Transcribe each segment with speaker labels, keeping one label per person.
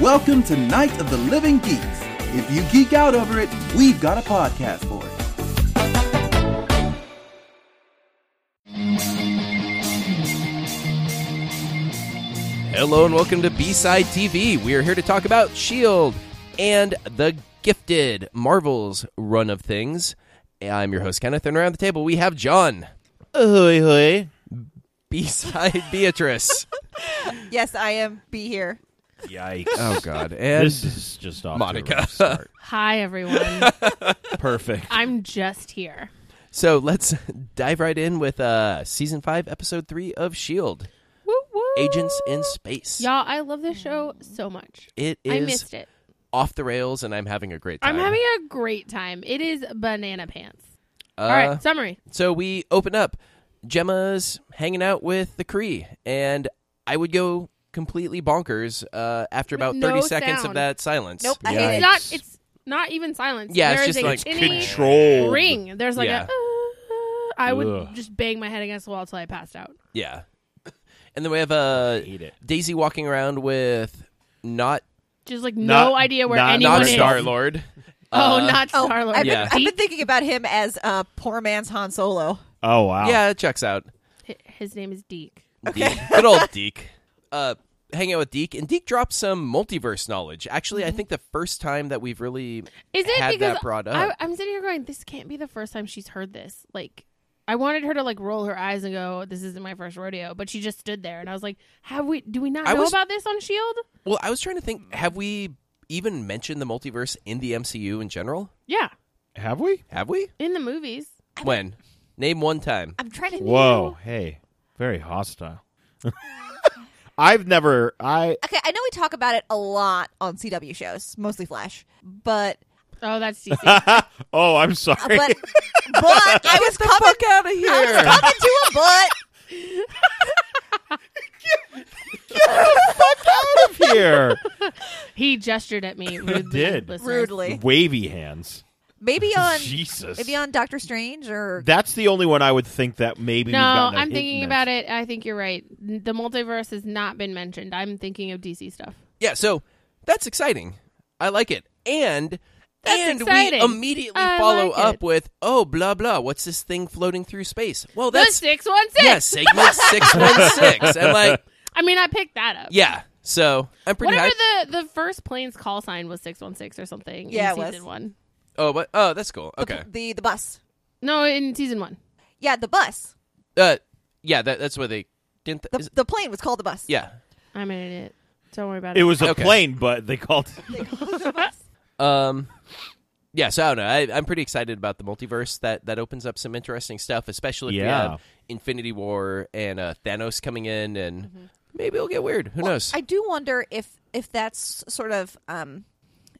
Speaker 1: Welcome to Night of the Living Geeks. If you geek out over it, we've got a podcast for it.
Speaker 2: Hello and welcome to B-Side TV. We are here to talk about S.H.I.E.L.D. E and The Gifted, Marvel's run of things. I'm your host, Kenneth, and around the table we have John,
Speaker 3: Ahoy, hoy.
Speaker 2: B-Side Beatrice.
Speaker 4: Yes, I am. Be here.
Speaker 3: Yikes.
Speaker 2: oh, God. And
Speaker 3: this is just off
Speaker 2: Monica.
Speaker 3: To a rough start.
Speaker 5: Hi, everyone.
Speaker 3: Perfect.
Speaker 5: I'm just here.
Speaker 2: so let's dive right in with uh, Season 5, Episode 3 of S.H.I.E.L.D.,
Speaker 5: Woo, woo.
Speaker 2: E Agents in Space.
Speaker 5: Y'all, I love this show so much.
Speaker 2: It
Speaker 5: I
Speaker 2: is
Speaker 5: missed it.
Speaker 2: off the rails, and I'm having a great time.
Speaker 5: I'm having a great time. It is banana pants.
Speaker 2: uh,
Speaker 5: All right, summary.
Speaker 2: So we open up. Gemma's hanging out with the Cree, and I would go completely bonkers uh, after about
Speaker 5: With
Speaker 2: thirty
Speaker 5: no
Speaker 2: seconds of
Speaker 5: sound.
Speaker 2: that silence.
Speaker 4: Nope. I
Speaker 3: Yikes.
Speaker 4: hate
Speaker 5: It's not. It's not even silence.
Speaker 2: Yeah, it's
Speaker 5: There
Speaker 2: just
Speaker 5: is
Speaker 2: like
Speaker 5: a tinny
Speaker 3: Control.
Speaker 5: ring. There's like
Speaker 2: Yeah.
Speaker 5: a. uh, I would
Speaker 3: Ugh.
Speaker 5: just bang my head against the wall till I passed out.
Speaker 2: Yeah. And then we have uh,
Speaker 3: Hate it.
Speaker 2: Daisy walking around with not
Speaker 5: Just like
Speaker 3: Not-
Speaker 5: no idea where
Speaker 3: not-
Speaker 5: anyone
Speaker 2: not
Speaker 5: is.
Speaker 2: Star Lord.
Speaker 5: Oh, not
Speaker 4: Oh,
Speaker 5: Star Lord.
Speaker 4: I've,
Speaker 2: Yeah.
Speaker 4: been, I've been thinking about him as uh, poor man's Han Solo.
Speaker 3: Oh wow.
Speaker 2: Yeah, it checks out.
Speaker 5: His name is Deke.
Speaker 2: Deke. Good old Deke. Uh, hang out with Deke, and Deke drops some multiverse knowledge. Actually,
Speaker 5: Mm-hmm.
Speaker 2: I think the first time that we've really
Speaker 5: Is it
Speaker 2: had
Speaker 5: because
Speaker 2: that brought up.
Speaker 5: I, I'm sitting here going, this can't be the first time she's heard this. Like, I wanted her to like roll her eyes and go, "This isn't my first rodeo," but she just stood there, and I was like, "Have we? Do we not
Speaker 2: I
Speaker 5: know
Speaker 2: was-
Speaker 5: about this on Shield?"
Speaker 2: Well, I was trying to think. Have we even mentioned the multiverse in the MCU in general?
Speaker 5: Yeah,
Speaker 3: Have we?
Speaker 2: Have we?
Speaker 5: in the movies.
Speaker 2: When? Name one time.
Speaker 4: I'm trying to.
Speaker 3: Whoa. Hey. Very hostile. I've never. I.
Speaker 4: Okay, I know we talk about it a lot on CW shows, mostly Flash, but
Speaker 5: Oh, that's DC.
Speaker 3: oh, I'm sorry.
Speaker 4: but but I was coming
Speaker 2: out of
Speaker 4: I was coming to a but.
Speaker 3: Here,
Speaker 5: he gestured at me rudely.
Speaker 3: did.
Speaker 5: listeners.
Speaker 4: Rudely,
Speaker 3: wavy hands.
Speaker 4: maybe on
Speaker 3: Jesus.
Speaker 4: maybe on Doctor Strange or
Speaker 3: That's the only one I would think that maybe.
Speaker 5: No,
Speaker 3: we've gotten a
Speaker 5: I'm
Speaker 3: hit
Speaker 5: thinking
Speaker 3: and miss.
Speaker 5: about it. I think you're right. N- The multiverse has not been mentioned. I'm thinking of DC stuff.
Speaker 2: Yeah, so that's exciting. I like it. And
Speaker 5: That's
Speaker 2: and
Speaker 5: exciting.
Speaker 2: we immediately
Speaker 5: I
Speaker 2: follow
Speaker 5: like
Speaker 2: up
Speaker 5: it.
Speaker 2: with, oh blah blah, what's this thing floating through space? Well
Speaker 5: The
Speaker 2: that's
Speaker 5: six one six.
Speaker 2: yeah, segment six one six. And like
Speaker 5: I mean, I picked that up.
Speaker 2: yeah. So I'm pretty
Speaker 5: Whatever
Speaker 2: high.
Speaker 5: the, the first plane's call sign was six one six or something.
Speaker 4: Yeah,
Speaker 5: in
Speaker 4: it was.
Speaker 5: season one.
Speaker 2: oh what oh that's cool.
Speaker 4: the,
Speaker 2: Okay.
Speaker 4: the the bus.
Speaker 5: No, in season one.
Speaker 4: Yeah, the bus.
Speaker 2: Uh yeah, that, that's where they didn't th-
Speaker 4: The,
Speaker 2: is-
Speaker 4: the plane was called the bus.
Speaker 2: yeah.
Speaker 5: I'm an idiot. Don't worry about it.
Speaker 3: It was a
Speaker 2: Okay.
Speaker 3: plane, but they called.
Speaker 2: Um, yeah, so I don't know. I, I'm pretty excited about the multiverse. That that opens up some interesting stuff, especially if
Speaker 3: Yeah.
Speaker 2: we have Infinity War and uh, Thanos coming in, and maybe it'll get weird. Who knows?
Speaker 4: I do wonder if if that's sort of um,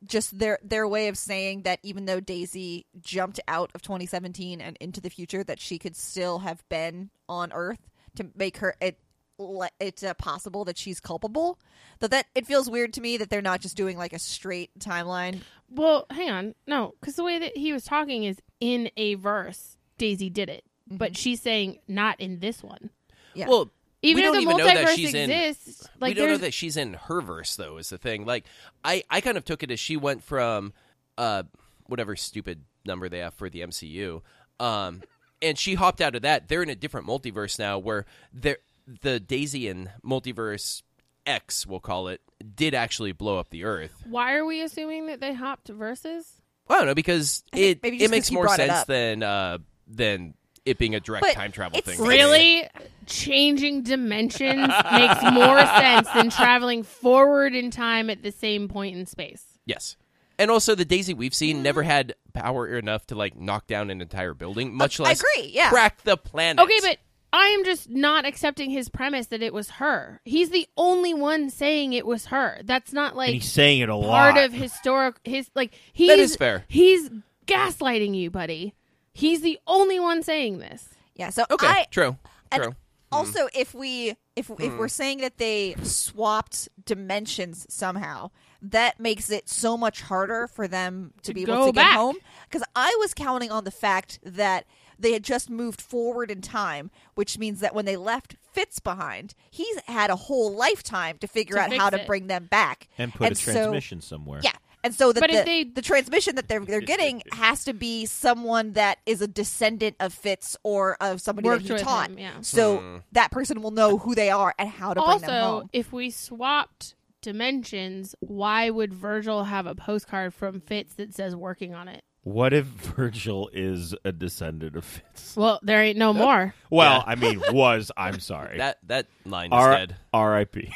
Speaker 4: just their their way of saying that even though Daisy jumped out of 2017 and into the future, that she could still have been on Earth to make her it le- it uh, possible that she's culpable. Though that it feels weird to me that they're not just doing like a straight timeline.
Speaker 5: well, hang on. No, because the way that he was talking is in a verse, Daisy did it. But she's saying not in this one.
Speaker 4: Yeah.
Speaker 2: Well,
Speaker 5: Even
Speaker 2: Mm-hmm. we don't
Speaker 5: if the
Speaker 2: even know
Speaker 5: multiverse
Speaker 2: that she's in.
Speaker 5: exists, like
Speaker 2: we don't know
Speaker 5: there's
Speaker 2: that she's in her verse, though. Is the thing like I I kind of took it as she went from uh whatever stupid number they have for the MCU, um, and she hopped out of that. They're in a different multiverse now, where they're the Daisy and multiverse X, we'll call it, did actually blow up the Earth.
Speaker 5: why are we assuming that they hopped verses?
Speaker 2: Well, I don't know because it
Speaker 4: maybe
Speaker 2: it
Speaker 4: just
Speaker 2: makes
Speaker 4: 'cause you
Speaker 2: more
Speaker 4: brought it
Speaker 2: sense
Speaker 4: up.
Speaker 2: than uh, than it being a direct
Speaker 4: But
Speaker 2: time travel
Speaker 4: it's-
Speaker 2: thing.
Speaker 4: it's-
Speaker 5: Really? Changing dimensions makes more sense than traveling forward in time at the same point in space.
Speaker 2: Yes. And also, the Daisy we've seen never
Speaker 4: Mm-hmm.
Speaker 2: had power enough to like knock down an entire building, much
Speaker 4: Uh, I
Speaker 2: less
Speaker 4: agree, yeah.
Speaker 2: crack the planet.
Speaker 5: Okay, but I am just not accepting his premise that it was her. He's the only one saying it was her. That's not
Speaker 3: And
Speaker 5: like
Speaker 3: he's saying it a lot.
Speaker 5: part of historic his like he's
Speaker 2: That is fair.
Speaker 5: He's gaslighting you, buddy. He's the only one saying this.
Speaker 4: yeah. So
Speaker 2: okay,
Speaker 4: I,
Speaker 2: true,
Speaker 4: And
Speaker 2: true.
Speaker 3: Mm.
Speaker 4: Also, if we if if we're saying that they swapped dimensions somehow, that makes it so much harder for them to, be able
Speaker 5: go
Speaker 4: to
Speaker 5: back.
Speaker 4: get home. Because I was counting on the fact that they had just moved forward in time, which means that when they left Fitz behind, he's had a whole lifetime to figure
Speaker 5: To
Speaker 4: out how
Speaker 5: fix
Speaker 4: to
Speaker 5: it.
Speaker 4: bring them back
Speaker 3: and put a
Speaker 4: so-
Speaker 3: transmission somewhere.
Speaker 4: yeah. And so that
Speaker 5: But
Speaker 4: the,
Speaker 5: if they-
Speaker 4: the transmission that they're they're getting has to be someone that is a descendant of Fitz or of somebody
Speaker 5: Worked
Speaker 4: that
Speaker 5: with
Speaker 4: he taught.
Speaker 5: him, yeah.
Speaker 4: So
Speaker 3: Hmm.
Speaker 4: that person will know who they are and how to bring them
Speaker 5: also,
Speaker 4: home.
Speaker 5: if we swapped dimensions, why would Virgil have a postcard from Fitz that says working on it?
Speaker 3: What if Virgil is a descendant of Fitz?
Speaker 5: Well, there ain't no more.
Speaker 3: Well, I mean, was I'm sorry.
Speaker 2: That that line is
Speaker 3: R-
Speaker 2: dead.
Speaker 3: R.I.P.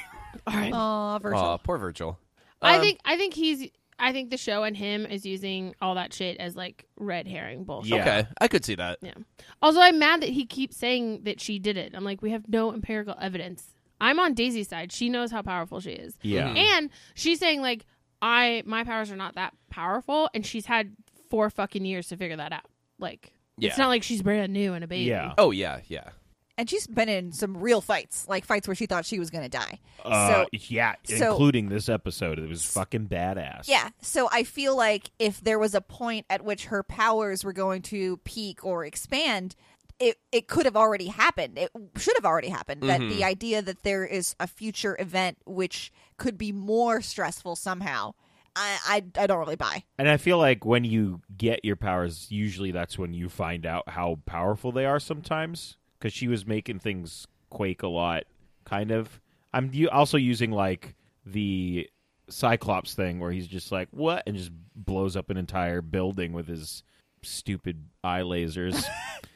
Speaker 5: All right.
Speaker 4: Aw, Virgil.
Speaker 2: Aw, poor Virgil.
Speaker 5: I
Speaker 2: Um,
Speaker 5: think I think he's I think the show and him is using all that shit as like red herring bullshit.
Speaker 2: Um,
Speaker 3: Yeah.
Speaker 2: Okay, I could see that.
Speaker 5: Yeah. Also, I'm mad that he keeps saying that she did it. I'm like, we have no empirical evidence. I'm on Daisy's side. She knows how powerful she is.
Speaker 3: Yeah.
Speaker 5: And she's saying like, I my powers are not that powerful, and she's had four fucking years to figure that out. Like,
Speaker 2: Yeah.
Speaker 5: it's not like she's brand new and a baby.
Speaker 3: Yeah.
Speaker 2: Oh yeah, yeah.
Speaker 4: And she's been in some real fights, like fights where she thought she was going to die.
Speaker 3: Uh, yeah,
Speaker 4: so-
Speaker 3: including this episode. It was fucking badass.
Speaker 4: Yeah. So I feel like if there was a point at which her powers were going to peak or expand, it, it could have already happened. It should have already happened. That the idea that there is a future event which could be more stressful somehow, I, I, I don't really buy.
Speaker 3: And I feel like when you get your powers, usually that's when you find out how powerful they are sometimes. Because she was making things quake a lot, kind of. I'm u- also using like the Cyclops thing where he's just like, what? And just blows up an entire building with his stupid eye lasers.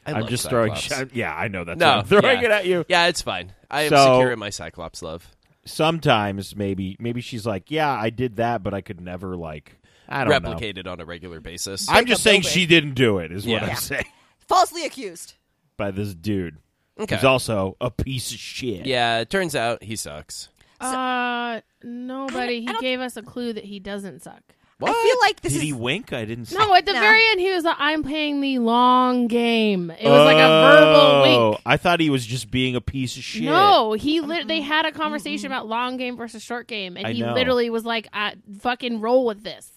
Speaker 2: I
Speaker 3: am
Speaker 2: love
Speaker 3: just throwing.
Speaker 2: Cyclops.
Speaker 3: Yeah, I know that's
Speaker 2: No,
Speaker 3: why I'm throwing
Speaker 2: yeah.
Speaker 3: it at you.
Speaker 2: Yeah, it's fine. I am
Speaker 3: So-
Speaker 2: secure in my Cyclops love.
Speaker 3: Sometimes maybe maybe she's like, yeah, I did that, but I could never like I don't know.
Speaker 2: Replicated on a regular basis.
Speaker 3: I'm just
Speaker 4: a
Speaker 3: saying
Speaker 4: building.
Speaker 3: she didn't do it, is
Speaker 2: Yeah.
Speaker 3: what
Speaker 2: Yeah.
Speaker 3: I'm saying.
Speaker 4: Falsely accused.
Speaker 3: By this dude.
Speaker 2: Okay.
Speaker 3: Who's also a piece of shit.
Speaker 2: yeah, it turns out he sucks.
Speaker 5: Uh, nobody.
Speaker 4: I
Speaker 5: He
Speaker 4: don't-
Speaker 5: gave us a clue that he doesn't suck.
Speaker 2: What?
Speaker 4: I feel like this
Speaker 3: Did
Speaker 4: is
Speaker 3: he wink? I didn't see.
Speaker 5: No, at the
Speaker 4: No.
Speaker 5: very end, he was like, "I'm playing the long game." It was like a verbal wink.
Speaker 3: Oh, I thought he was just being a piece of shit.
Speaker 5: No, he lit they had a conversation about long game versus short game, and
Speaker 3: I
Speaker 5: he
Speaker 3: know.
Speaker 5: literally was like, I "Fucking roll with this."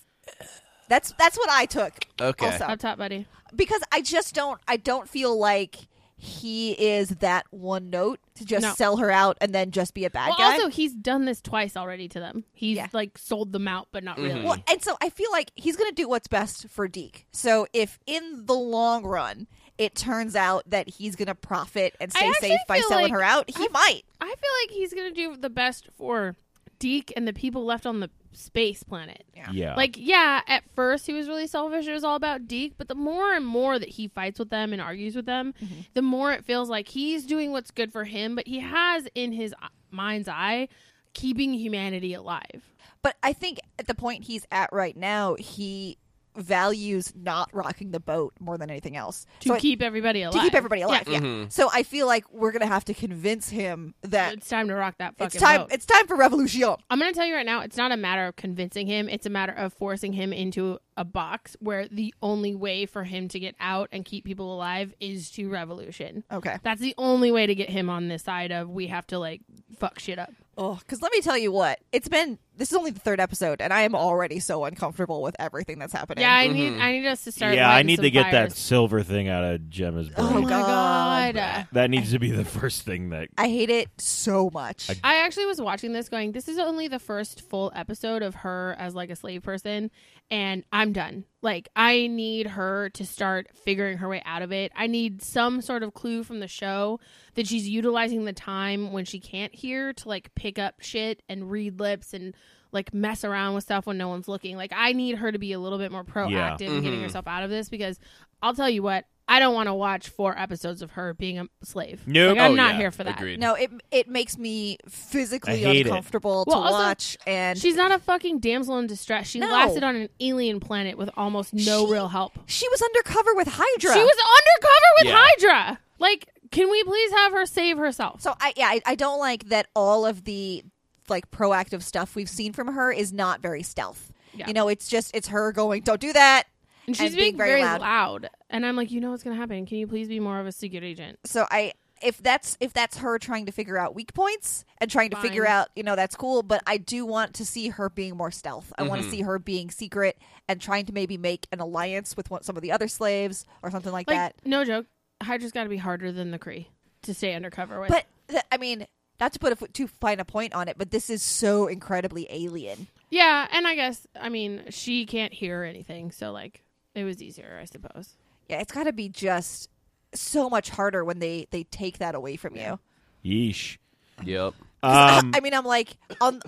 Speaker 4: that's that's what I took.
Speaker 2: Okay.
Speaker 4: Also,
Speaker 5: Up top, buddy.
Speaker 4: because I just don't I don't feel like he is that one note to just
Speaker 5: No.
Speaker 4: sell her out and then just be a bad
Speaker 5: Well,
Speaker 4: guy.
Speaker 5: also, he's done this twice already to them. He's
Speaker 4: Yeah.
Speaker 5: like sold them out, but
Speaker 3: Mm-hmm.
Speaker 5: not really.
Speaker 4: Well, and so I feel like he's going to do what's best for Deke. So if in the long run it turns out that he's going to profit and
Speaker 5: I
Speaker 4: stay
Speaker 5: actually
Speaker 4: safe by
Speaker 5: feel
Speaker 4: selling
Speaker 5: like
Speaker 4: her out, he might.
Speaker 5: I feel like he's gonna do the best for Deke and the people left on the space planet.
Speaker 3: Yeah.
Speaker 5: Like, yeah, at first he was really selfish. It was all about Deke, but the more and more that he fights with them and argues with them,
Speaker 4: Mm-hmm.
Speaker 5: the more it feels like he's doing what's good for him, but he has in his uh, mind's eye keeping humanity alive.
Speaker 4: But I think at the point he's at right now, he values not rocking the boat more than anything else.
Speaker 5: to
Speaker 4: So I-
Speaker 5: keep everybody alive.
Speaker 4: to keep everybody
Speaker 5: Yeah. Mm-hmm.
Speaker 4: alive. Yeah. So I feel like we're going to have to convince him that
Speaker 5: It's time to rock that fucking
Speaker 4: it's time
Speaker 5: boat.
Speaker 4: it's time for revolution.
Speaker 5: I'm going to tell you right now, it's not a matter of convincing him. It's a matter of forcing him into a box where the only way for him to get out and keep people alive is to revolution.
Speaker 4: Okay.
Speaker 5: That's the only way to get him on this side of we have to like fuck shit up.
Speaker 4: Oh, cuz let me tell you what. It's been this is only the third episode and I am already so uncomfortable with everything that's happening.
Speaker 5: Yeah, I need I need us to start.
Speaker 3: Mm-hmm. yeah, I
Speaker 5: lighting
Speaker 3: need
Speaker 5: some
Speaker 3: to get that
Speaker 5: fires.
Speaker 3: silver thing out of Gemma's brain.
Speaker 5: Oh my
Speaker 4: God.
Speaker 5: god.
Speaker 3: That needs to be the first thing that.
Speaker 4: I hate it so much.
Speaker 5: I actually was watching this going, this is only the first full episode of her as like a slave person, and I'm done. Like, I need her to start figuring her way out of it. I need some sort of clue from the show that she's utilizing the time when she can't hear to like pick up shit and read lips and like mess around with stuff when no one's looking. Like, I need her to be a little bit more proactive in getting herself out of this because I'll tell you what. I don't want to watch four episodes of her being a slave.
Speaker 3: Nope.
Speaker 5: Like, I'm
Speaker 2: Oh,
Speaker 5: not
Speaker 2: yeah.
Speaker 5: here for that.
Speaker 2: Agreed.
Speaker 4: No, it it makes me physically
Speaker 3: I hate it.
Speaker 4: uncomfortable to
Speaker 5: Well, also,
Speaker 4: watch and
Speaker 5: She's not a fucking damsel in distress. She
Speaker 4: No.
Speaker 5: lasted on an alien planet with almost no
Speaker 4: She-
Speaker 5: real help.
Speaker 4: she was undercover with Hydra.
Speaker 5: She was undercover with
Speaker 2: Yeah.
Speaker 5: Hydra. Like, can we please have her save herself?
Speaker 4: So I yeah, I, I don't like that all of the like proactive stuff we've seen from her is not very stealth.
Speaker 5: Yeah.
Speaker 4: You know, it's just it's her going, "Don't do that."
Speaker 5: and she's
Speaker 4: and
Speaker 5: being, very,
Speaker 4: loud.
Speaker 5: loud. And I'm like, you know what's gonna happen? Can you please be more of a secret agent?
Speaker 4: So I if that's if that's her trying to figure out weak points and trying to
Speaker 5: Fine.
Speaker 4: figure out, you know, that's cool, but I do want to see her being more stealth. I want to see her being secret and trying to maybe make an alliance with one, some of the other slaves or something like,
Speaker 5: Like,
Speaker 4: that.
Speaker 5: no joke. Hydra's got to be harder than the Kree to stay undercover with.
Speaker 4: But th- I mean, not to put a, f- too fine a point on it, but this is so incredibly alien.
Speaker 5: yeah, and I guess I mean she can't hear anything, so like it was easier, I suppose.
Speaker 4: Yeah, it's got to be just so much harder when they they take that away from you.
Speaker 3: Yeesh.
Speaker 2: Yep.
Speaker 3: Um,
Speaker 4: I mean, I'm like on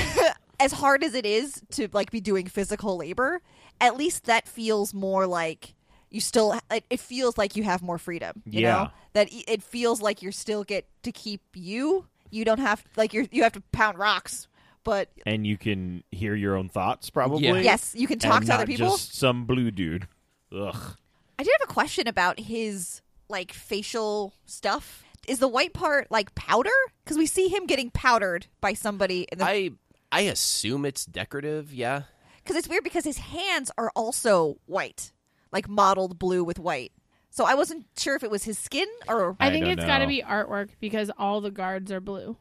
Speaker 4: as hard as it is to like be doing physical labor. At least that feels more like you still. It, it feels like you have more freedom. You
Speaker 3: Yeah.
Speaker 4: know? that y- it feels like you still get to keep you. You don't have like you you have to pound rocks, but
Speaker 3: and you can hear your own thoughts, probably.
Speaker 2: Yeah.
Speaker 4: yes, you can talk
Speaker 3: and
Speaker 4: to other
Speaker 3: not
Speaker 4: people.
Speaker 3: Just some blue dude. Ugh.
Speaker 4: I did have a question about his like facial stuff. Is the white part like powder? Because we see him getting powdered by somebody in the
Speaker 2: I I assume it's decorative. Yeah.
Speaker 4: Because it's weird because his hands are also white, like mottled blue with white. So I wasn't sure if it was his skin or
Speaker 5: I,
Speaker 3: I
Speaker 5: think
Speaker 3: don't
Speaker 5: it's got to
Speaker 3: know.
Speaker 5: be artwork because all the guards are blue.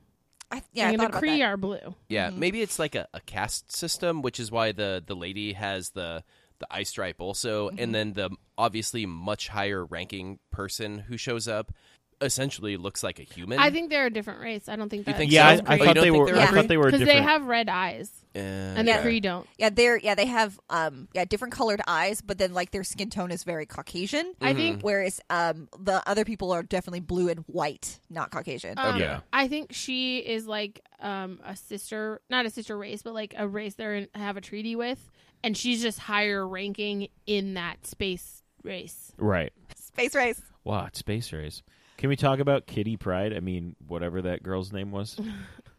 Speaker 4: I, yeah. I
Speaker 5: and
Speaker 4: thought
Speaker 5: the
Speaker 4: about
Speaker 5: Kree
Speaker 4: that.
Speaker 5: are blue.
Speaker 2: Yeah. Maybe it's like a, a caste system, which is why the the lady has the the eye stripe also,
Speaker 5: Mm-hmm.
Speaker 2: and then the obviously much higher ranking person who shows up essentially looks like a human.
Speaker 5: I think they're a different race. I don't think
Speaker 2: You
Speaker 5: that.
Speaker 2: think
Speaker 3: Yeah,
Speaker 2: so? Oh,
Speaker 3: I, I
Speaker 2: you don't
Speaker 3: thought they
Speaker 2: think
Speaker 3: were.
Speaker 2: they're
Speaker 3: I
Speaker 2: angry?
Speaker 3: thought they were
Speaker 5: because they
Speaker 3: different.
Speaker 5: have red eyes
Speaker 2: Uh,
Speaker 5: and the
Speaker 2: okay.
Speaker 5: Kree don't.
Speaker 4: Yeah, they're yeah they have um yeah different colored eyes, but then like their skin tone is very Caucasian.
Speaker 5: I think
Speaker 4: Whereas um the other people are definitely blue and white, not Caucasian.
Speaker 5: Um,
Speaker 3: Okay.
Speaker 5: I think she is like um, a sister, not a sister race, but like a race they are in have a treaty with, and she's just higher ranking in that space race.
Speaker 3: right.
Speaker 4: Space race.
Speaker 3: Wow, it's space race. Can we talk about Kitty Pride? I mean, whatever that girl's name was.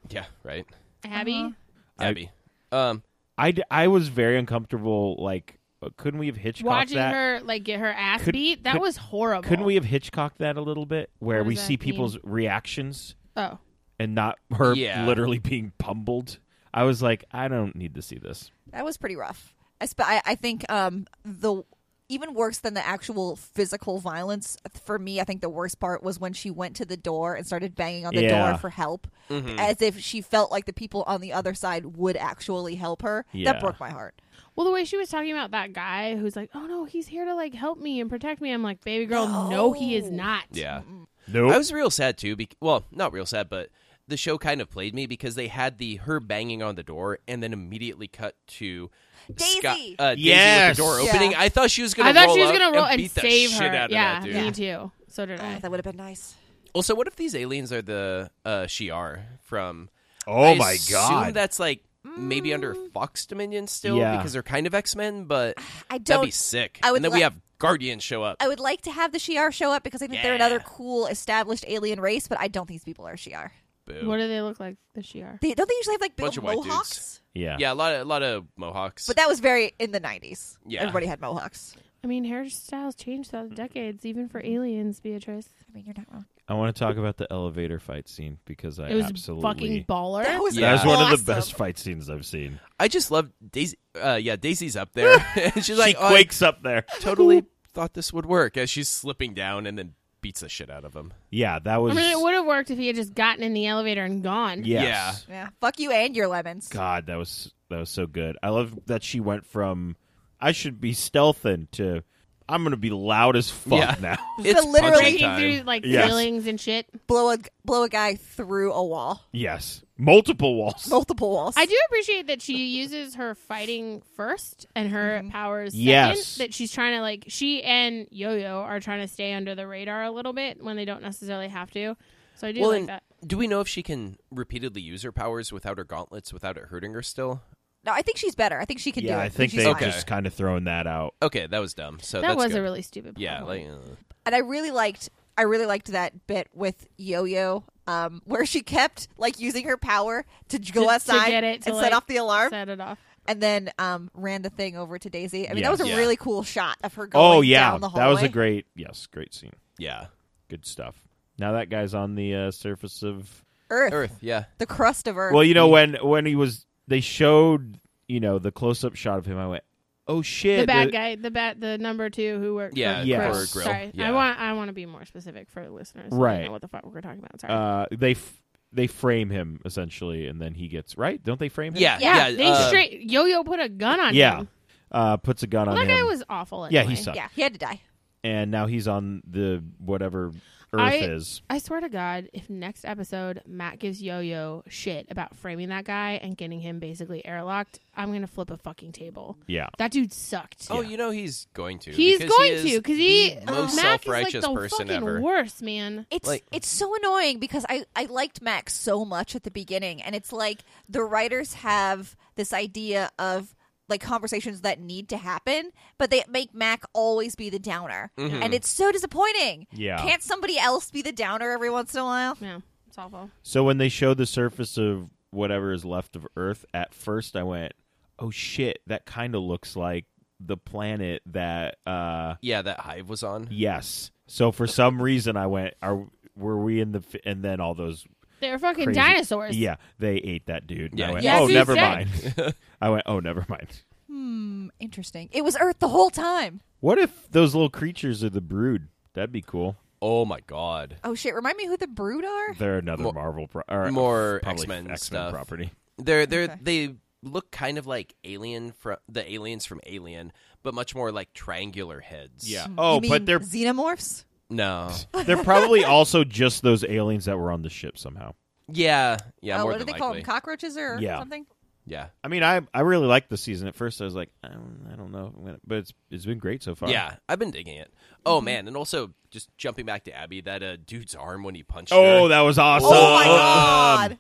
Speaker 2: Yeah. Right.
Speaker 5: Abby,
Speaker 3: I-
Speaker 2: Abby. Um.
Speaker 3: I, d- I was very uncomfortable. Like, uh, couldn't we have Hitchcock
Speaker 5: watching
Speaker 3: that?
Speaker 5: her like get her ass
Speaker 3: Could-
Speaker 5: beat, that
Speaker 3: could-
Speaker 5: was horrible.
Speaker 3: Couldn't we have Hitchcocked that a little bit, where
Speaker 5: What
Speaker 3: we
Speaker 5: does
Speaker 3: see
Speaker 5: that mean?
Speaker 3: people's reactions
Speaker 5: Oh,
Speaker 3: and not her
Speaker 2: Yeah.
Speaker 3: literally being pummeled? I was like, I don't need to see this.
Speaker 4: That was pretty rough. I, sp- I, I think um, the even worse than the actual physical violence for me. I think the worst part was when she went to the door and started banging on the
Speaker 3: Yeah.
Speaker 4: door for help,
Speaker 2: Mm-hmm.
Speaker 4: as if she felt like the people on the other side would actually help her.
Speaker 3: Yeah.
Speaker 4: That broke my heart.
Speaker 5: well, the way she was talking about that guy who's like, "Oh no, he's here to like help me and protect me." I'm like, "Baby girl, no, he is not."
Speaker 2: Yeah.
Speaker 3: No,
Speaker 2: I was real sad too. Be- well, not real sad, but the show kind of played me because they had the her banging on the door and then immediately cut to
Speaker 4: Daisy!
Speaker 2: Scott- uh, Daisy
Speaker 3: Yes!
Speaker 2: with the door
Speaker 4: Yeah.
Speaker 2: opening. I thought she was going
Speaker 5: I
Speaker 2: to.
Speaker 5: thought she was gonna
Speaker 2: going to
Speaker 5: roll and,
Speaker 2: beat the
Speaker 5: save
Speaker 2: shit
Speaker 5: her.
Speaker 2: out of
Speaker 5: yeah,
Speaker 2: that dude.
Speaker 5: me too. So did I.
Speaker 4: that would have been nice.
Speaker 2: Also, what if these aliens are the uh, Shi'ar from?
Speaker 3: oh
Speaker 2: I assume That's like maybe under
Speaker 5: Mm.
Speaker 2: Fox Dominion still
Speaker 3: Yeah.
Speaker 2: because they're kind of X Men, but
Speaker 4: I
Speaker 2: that'd
Speaker 4: don't.
Speaker 2: be sick.
Speaker 4: I would
Speaker 2: and then
Speaker 4: li-
Speaker 2: we have Guardians show up.
Speaker 4: I would like to have the Shi'ar show up because I think they're
Speaker 2: Yeah.
Speaker 4: another cool established alien race, but I don't think these people are Shi'ar.
Speaker 2: Boo.
Speaker 5: What do they look like? The Shi'ar.
Speaker 4: They don't they usually have like big
Speaker 2: Bunch of white dudes.
Speaker 4: mohawks?
Speaker 3: yeah.
Speaker 2: yeah, a lot of a lot of Mohawks.
Speaker 4: But that was very in the nineties.
Speaker 2: Yeah.
Speaker 4: Everybody had mohawks.
Speaker 5: I mean, hairstyles change throughout the decades, even for aliens, Beatrice.
Speaker 4: I mean, you're not wrong.
Speaker 3: I want to talk about the elevator fight scene because I
Speaker 5: It was
Speaker 3: absolutely
Speaker 5: fucking baller.
Speaker 4: That was,
Speaker 2: Yeah.
Speaker 3: That was one of the
Speaker 4: awesome.
Speaker 3: best fight scenes I've seen.
Speaker 2: I just love Daisy. Uh, yeah, Daisy's up there, and she's like,
Speaker 3: she
Speaker 2: "Oh,
Speaker 3: quakes up there.
Speaker 2: I totally thought this would work. As she's slipping down, and then beats the shit out of him.
Speaker 3: Yeah, that was.
Speaker 5: I mean, it would have worked if he had just gotten in the elevator and gone.
Speaker 3: yes.
Speaker 4: Yeah. Fuck you and your lemons.
Speaker 3: God, that was that was so good. I love that she went from I should be stealthing to I'm gonna be loud as fuck
Speaker 2: Yeah.
Speaker 3: now.
Speaker 2: It's
Speaker 4: literally-
Speaker 2: literally
Speaker 5: Breaking
Speaker 2: time.
Speaker 5: through like
Speaker 3: Yes.
Speaker 5: ceilings and shit.
Speaker 4: Blow a blow a guy through a wall.
Speaker 3: yes, multiple walls.
Speaker 4: Multiple walls.
Speaker 5: I do appreciate that she uses her fighting first and her powers second.
Speaker 3: Yes.
Speaker 5: That she's trying to like she and Yo Yo are trying to stay under the radar a little bit when they don't necessarily have to. So I do
Speaker 2: Well,
Speaker 5: like
Speaker 2: and
Speaker 5: that.
Speaker 2: do we know if she can repeatedly use her powers without her gauntlets, without it hurting her still?
Speaker 4: no, I think she's better. I think she can do
Speaker 3: yeah,
Speaker 4: it.
Speaker 3: I think
Speaker 4: she's
Speaker 3: they
Speaker 4: fine.
Speaker 2: Okay.
Speaker 3: just kind of thrown that out.
Speaker 2: Okay, that was dumb. So
Speaker 5: That
Speaker 2: that's
Speaker 5: was
Speaker 2: good.
Speaker 5: a really stupid. Plot
Speaker 2: yeah,
Speaker 5: hole.
Speaker 2: like, uh,
Speaker 4: And I really liked I really liked that bit with Yo Yo, um, where she kept like using her power to j- go
Speaker 5: To- to
Speaker 4: outside
Speaker 5: get it, to,
Speaker 4: and
Speaker 5: like,
Speaker 4: set off the alarm,
Speaker 5: set it off.
Speaker 4: and then um, ran the thing over to Daisy. I mean,
Speaker 3: Yeah.
Speaker 4: that was a
Speaker 2: Yeah.
Speaker 4: really cool shot of her going
Speaker 3: Oh yeah,
Speaker 4: down the
Speaker 3: that
Speaker 4: hallway.
Speaker 3: was a great yes, great scene.
Speaker 2: yeah,
Speaker 3: Good stuff. Now that guy's on the uh, surface of
Speaker 4: Earth,
Speaker 2: Earth. Yeah,
Speaker 4: the crust of Earth.
Speaker 3: Well, you know when when he was they showed you know the close up shot of him. I went, oh shit,
Speaker 5: the bad guy, the bad, the number two who worked.
Speaker 2: Yeah,
Speaker 5: for
Speaker 3: Yes.
Speaker 5: Grill.
Speaker 3: for
Speaker 2: Grill,
Speaker 5: Sorry,
Speaker 2: yeah.
Speaker 5: I want I want to be more specific for listeners. so they
Speaker 3: Right.
Speaker 5: know what the fuck we're talking about? Sorry.
Speaker 3: Uh, they f- they frame him essentially, and then he gets right. Don't they frame him?
Speaker 2: yeah,
Speaker 5: yeah,
Speaker 2: yeah.
Speaker 5: they
Speaker 2: uh,
Speaker 5: straight Yo Yo put a gun on
Speaker 3: yeah.
Speaker 5: him.
Speaker 3: Uh, puts a gun
Speaker 5: Well,
Speaker 3: on
Speaker 5: that
Speaker 3: him.
Speaker 5: guy was awful.
Speaker 3: yeah,
Speaker 5: anyway.
Speaker 3: he sucked.
Speaker 4: yeah, he had to die.
Speaker 3: and now he's on the whatever Earth
Speaker 5: I-
Speaker 3: is.
Speaker 5: I swear to God, if next episode Matt gives Yo Yo shit about framing that guy and getting him basically airlocked, I'm going to flip a fucking table.
Speaker 3: Yeah.
Speaker 5: That dude sucked.
Speaker 2: Oh, you know he's going to.
Speaker 5: He's
Speaker 2: because
Speaker 5: going
Speaker 2: he
Speaker 5: to
Speaker 2: is
Speaker 5: because he uh,
Speaker 2: the most
Speaker 5: Mac is like
Speaker 2: self-righteous
Speaker 5: the
Speaker 2: person
Speaker 5: fucking
Speaker 2: ever.
Speaker 5: worst man.
Speaker 4: It's
Speaker 2: Like-
Speaker 4: it's so annoying because I I liked Max so much at the beginning, and it's like the writers have this idea of like conversations that need to happen, but they make Mac always be the downer,
Speaker 2: Mm-hmm.
Speaker 4: and it's so disappointing.
Speaker 3: Yeah.
Speaker 4: can't somebody else be the downer every once in a while?
Speaker 5: Yeah, it's awful.
Speaker 3: So when they show the surface of whatever is left of Earth, at first I went, "Oh shit, that kind of looks like the planet that." uh
Speaker 2: Yeah, that hive was on.
Speaker 3: Yes. So for some reason I went, "Are were we in the?" F-? And then all those
Speaker 5: They're fucking
Speaker 3: crazy-
Speaker 5: dinosaurs.
Speaker 3: Yeah, they ate that dude. And
Speaker 2: Yeah,
Speaker 3: I went,
Speaker 2: yes,
Speaker 3: oh,
Speaker 5: he
Speaker 3: never
Speaker 5: said.
Speaker 3: mind. I went, oh, never mind.
Speaker 4: Hmm, interesting. It was Earth the whole time.
Speaker 3: What if those little creatures are the brood? That'd be cool.
Speaker 2: Oh my god.
Speaker 4: Oh shit! Remind me who the Brood are.
Speaker 3: They're another
Speaker 2: More-
Speaker 3: Marvel, pro- or uh,
Speaker 2: more
Speaker 3: probably
Speaker 2: X-Men
Speaker 3: X-Men
Speaker 2: stuff.
Speaker 3: property.
Speaker 2: They're they're
Speaker 4: Okay.
Speaker 2: they look kind of like alien from the aliens from Alien, but much more like triangular heads.
Speaker 3: Oh,
Speaker 4: You mean
Speaker 3: but they're
Speaker 4: xenomorphs.
Speaker 2: No.
Speaker 3: they're probably also just those aliens that were on the ship somehow.
Speaker 2: Yeah. Yeah.
Speaker 4: oh,
Speaker 2: more
Speaker 4: what do
Speaker 2: than
Speaker 4: they
Speaker 2: likely.
Speaker 4: call them? Cockroaches or
Speaker 3: Yeah.
Speaker 4: something?
Speaker 2: yeah.
Speaker 3: I mean, I I really liked the season. At first, I was like, I don't, I don't know, if I'm gonna- but it's it's been great so far.
Speaker 2: Yeah. I've been digging it. Oh
Speaker 5: Mm-hmm.
Speaker 2: man, and also just jumping back to Abby, that uh, dude's arm when he punched
Speaker 3: Oh,
Speaker 2: her.
Speaker 3: that was awesome.
Speaker 4: Oh my god,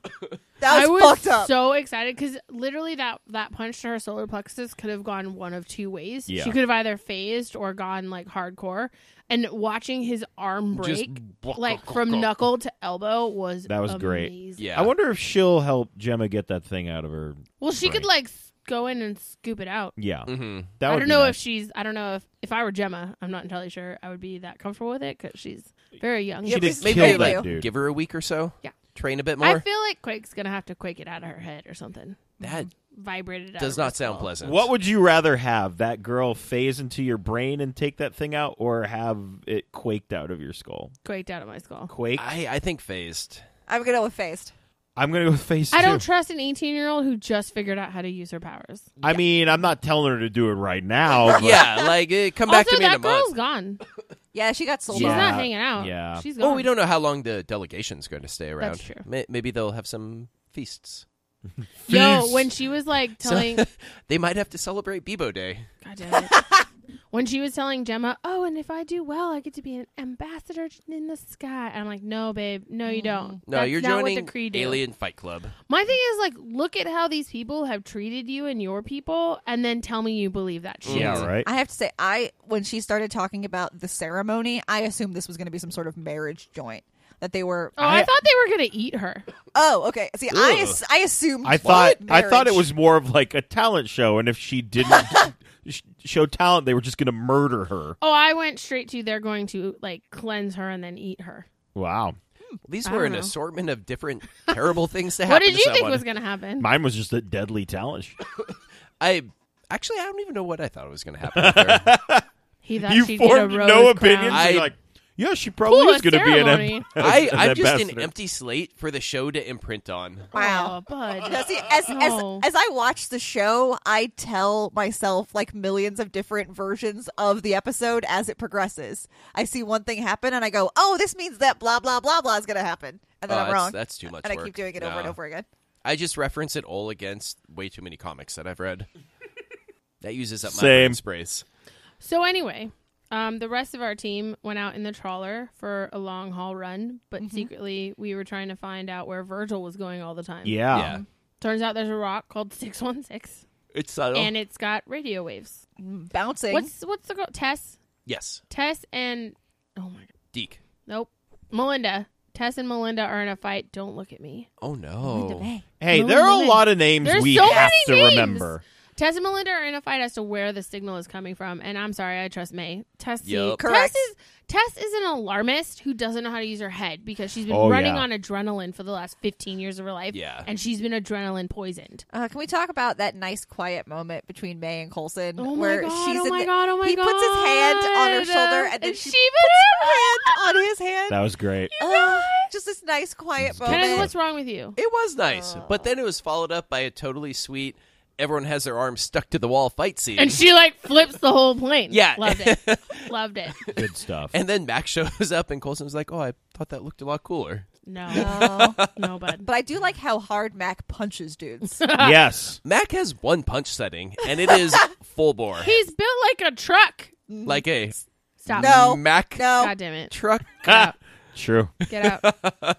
Speaker 4: that
Speaker 5: I
Speaker 4: was,
Speaker 5: was
Speaker 4: fucked up.
Speaker 5: so excited because literally that that punch to her solar plexus could have gone one of two ways.
Speaker 3: Yeah.
Speaker 5: She could have either phased or gone like hardcore. And watching his arm
Speaker 2: Just
Speaker 5: break, like from knuckle to elbow, was
Speaker 3: That was great.
Speaker 5: amazing.
Speaker 2: Yeah.
Speaker 3: I wonder if she'll help Gemma get that thing out of her.
Speaker 5: Well, she could
Speaker 3: Right.
Speaker 5: like s- go in and scoop it out.
Speaker 3: Yeah,
Speaker 2: hmm
Speaker 3: that
Speaker 5: I
Speaker 3: would
Speaker 5: don't
Speaker 3: be
Speaker 5: know
Speaker 3: nice.
Speaker 5: if she's. I don't know if if I were Gemma, I'm not entirely sure I would be that comfortable with it because she's very young.
Speaker 3: She just
Speaker 2: Maybe
Speaker 3: killed
Speaker 4: they,
Speaker 3: that
Speaker 4: like,
Speaker 3: dude.
Speaker 2: Give her a week or so.
Speaker 5: Yeah.
Speaker 2: Train a bit
Speaker 5: I
Speaker 2: more.
Speaker 5: feel like Quake's gonna have to quake it out of her head or something.
Speaker 2: that
Speaker 5: Vibrated.
Speaker 2: does not sound pleasant.
Speaker 3: What would you rather have? That girl phase into your brain and take that thing out, or have it quaked out of your skull?
Speaker 5: quaked out of my skull.
Speaker 3: Quake. I,
Speaker 2: I I think phased.
Speaker 4: I'm gonna go with faced.
Speaker 3: am gonna go with phase.
Speaker 5: I don't
Speaker 3: Two.
Speaker 5: trust an 18 year old who just figured out how to use her powers.
Speaker 3: I mean, I'm not telling her to do it right now. But
Speaker 2: yeah, like eh, come back
Speaker 5: also,
Speaker 2: to me in
Speaker 5: that
Speaker 2: a
Speaker 5: girl's
Speaker 2: month.
Speaker 5: gone.
Speaker 4: Yeah, she got sold.
Speaker 5: She's
Speaker 3: Yeah.
Speaker 4: out.
Speaker 5: not hanging out.
Speaker 3: Yeah.
Speaker 5: she's gone.
Speaker 2: Well, Oh, we don't know how long the delegation's going to stay around.
Speaker 5: That's true.
Speaker 2: May- Maybe they'll have some feasts.
Speaker 5: Yo,
Speaker 3: Feast.
Speaker 5: when she was like
Speaker 2: So-
Speaker 5: telling,
Speaker 2: they might have to celebrate Bebo Day.
Speaker 5: God damn it. When she was telling Gemma, "Oh, and if I do well, I get to be an ambassador in the sky," I'm like, "No, babe, no, you don't.
Speaker 2: Mm. No,
Speaker 5: That's
Speaker 2: you're
Speaker 5: not
Speaker 2: joining
Speaker 5: what the Creed do.
Speaker 2: Alien Fight Club.
Speaker 5: My thing is like, look at how these people have treated you and your people, and then tell me you believe that shit.
Speaker 3: Yeah. Right.
Speaker 4: I have to say, I when she started talking about the ceremony, I assumed this was going to be some sort of marriage joint that they were.
Speaker 5: Oh, I,
Speaker 3: I-
Speaker 5: thought they were gonna eat her.
Speaker 4: Oh, okay. See, I
Speaker 2: Ugh.
Speaker 4: ass- I assumed.
Speaker 3: I thought I
Speaker 4: marriage.
Speaker 3: thought it was more of like a talent show, and if she didn't sh- show talent, they were just gonna murder her.
Speaker 5: Oh, I went straight to they're going to like cleanse her and then eat her.
Speaker 3: Wow.
Speaker 2: These
Speaker 5: I
Speaker 2: were
Speaker 5: don't
Speaker 2: an
Speaker 5: know.
Speaker 2: assortment of different terrible things to happen
Speaker 5: What did
Speaker 2: to
Speaker 5: you think
Speaker 2: someone.
Speaker 5: was gonna happen?
Speaker 3: Mine was just a deadly talent. Show.
Speaker 2: I actually I don't even know what I thought was going to happen. with her.
Speaker 5: He thought
Speaker 3: You
Speaker 5: she'd
Speaker 3: formed
Speaker 5: get a rose
Speaker 3: no
Speaker 5: crown.
Speaker 3: opinion.
Speaker 2: I-
Speaker 3: You're like, yeah, she probably
Speaker 5: Cool,
Speaker 3: is
Speaker 5: a
Speaker 3: going to be an,
Speaker 5: ceremony.
Speaker 3: amb-
Speaker 2: I
Speaker 3: an
Speaker 2: I'm just an
Speaker 3: ambassador.
Speaker 2: empty slate for the show to imprint on.
Speaker 4: Wow.
Speaker 5: Oh, bud.
Speaker 4: Now, see, as,
Speaker 5: No.
Speaker 4: as as I watch the show, I tell myself like millions of different versions of the episode as it progresses. I see one thing happen, and I go, "Oh, this means that blah blah blah blah is going to happen," and
Speaker 2: Oh,
Speaker 4: then I'm
Speaker 2: that's,
Speaker 4: wrong,
Speaker 2: that's too much.
Speaker 4: and I
Speaker 2: work.
Speaker 4: keep doing it over and
Speaker 2: No.
Speaker 4: over again.
Speaker 2: I just reference it all against way too many comics that I've read. that uses up my
Speaker 3: Same.
Speaker 2: brain space.
Speaker 5: So anyway, um, the rest of our team went out in the trawler for a long haul run, but
Speaker 4: Mm-hmm.
Speaker 5: secretly we were trying to find out where Virgil was going all the time.
Speaker 3: Yeah.
Speaker 2: Yeah,
Speaker 5: Turns out there's a rock called six one six,
Speaker 2: it's
Speaker 3: Oh.
Speaker 2: subtle.
Speaker 5: and it's got radio waves.
Speaker 4: Bouncing.
Speaker 5: What's what's the girl? Tess,
Speaker 2: yes,
Speaker 5: Tess, and oh my god,
Speaker 2: Deke.
Speaker 5: nope, Melinda. Tess and Melinda are in a fight. Don't look at me.
Speaker 2: Oh no.
Speaker 3: Hey,
Speaker 5: No,
Speaker 3: there are
Speaker 5: no,
Speaker 3: a
Speaker 5: no.
Speaker 3: lot of names
Speaker 5: There's
Speaker 3: we
Speaker 5: so
Speaker 3: have
Speaker 5: many
Speaker 3: to
Speaker 5: names.
Speaker 3: remember.
Speaker 5: Tess and Melinda are in a fight as to where the signal is coming from, and I'm sorry, I trust May. Tess,
Speaker 2: Yup.
Speaker 5: Tess
Speaker 4: Correct.
Speaker 5: is Tess is an alarmist who doesn't know how to use her head because she's been
Speaker 3: Oh,
Speaker 5: running
Speaker 3: yeah.
Speaker 5: on adrenaline for the last 15 years of her life,
Speaker 2: Yeah.
Speaker 5: and she's been adrenaline poisoned.
Speaker 4: Uh, can we talk about that nice quiet moment between May and Colson
Speaker 5: Oh my
Speaker 4: where
Speaker 5: God,
Speaker 4: she's
Speaker 5: oh
Speaker 4: in
Speaker 5: my
Speaker 4: the-
Speaker 5: God, oh my
Speaker 4: he puts his hand on her
Speaker 5: God.
Speaker 4: shoulder and then
Speaker 5: And
Speaker 4: she,
Speaker 5: she
Speaker 4: puts her hand on his hand.
Speaker 3: That was great.
Speaker 5: Oh
Speaker 4: Uh, just this nice quiet
Speaker 3: Can I
Speaker 5: Kenneth,
Speaker 4: moment.
Speaker 5: what's wrong with you?
Speaker 2: It was nice, but then it was followed up by a totally sweet. everyone has their arms stuck to the wall fight scene.
Speaker 5: And she like flips the whole plane.
Speaker 2: yeah,
Speaker 5: Loved it. Loved it.
Speaker 3: Good stuff.
Speaker 2: and then Max shows up, and Colson's like, "Oh, I thought that looked a lot cooler."
Speaker 5: No.
Speaker 4: Oh.
Speaker 5: No, bud.
Speaker 4: but I do like how hard Mac punches dudes.
Speaker 3: yes.
Speaker 2: Mac has one punch setting, and it is full bore.
Speaker 5: He's built like a truck.
Speaker 2: Like a
Speaker 5: Stop.
Speaker 4: No.
Speaker 2: Mac
Speaker 4: no,
Speaker 5: God damn it.
Speaker 2: truck.
Speaker 5: Get
Speaker 3: True.
Speaker 5: out. Get out.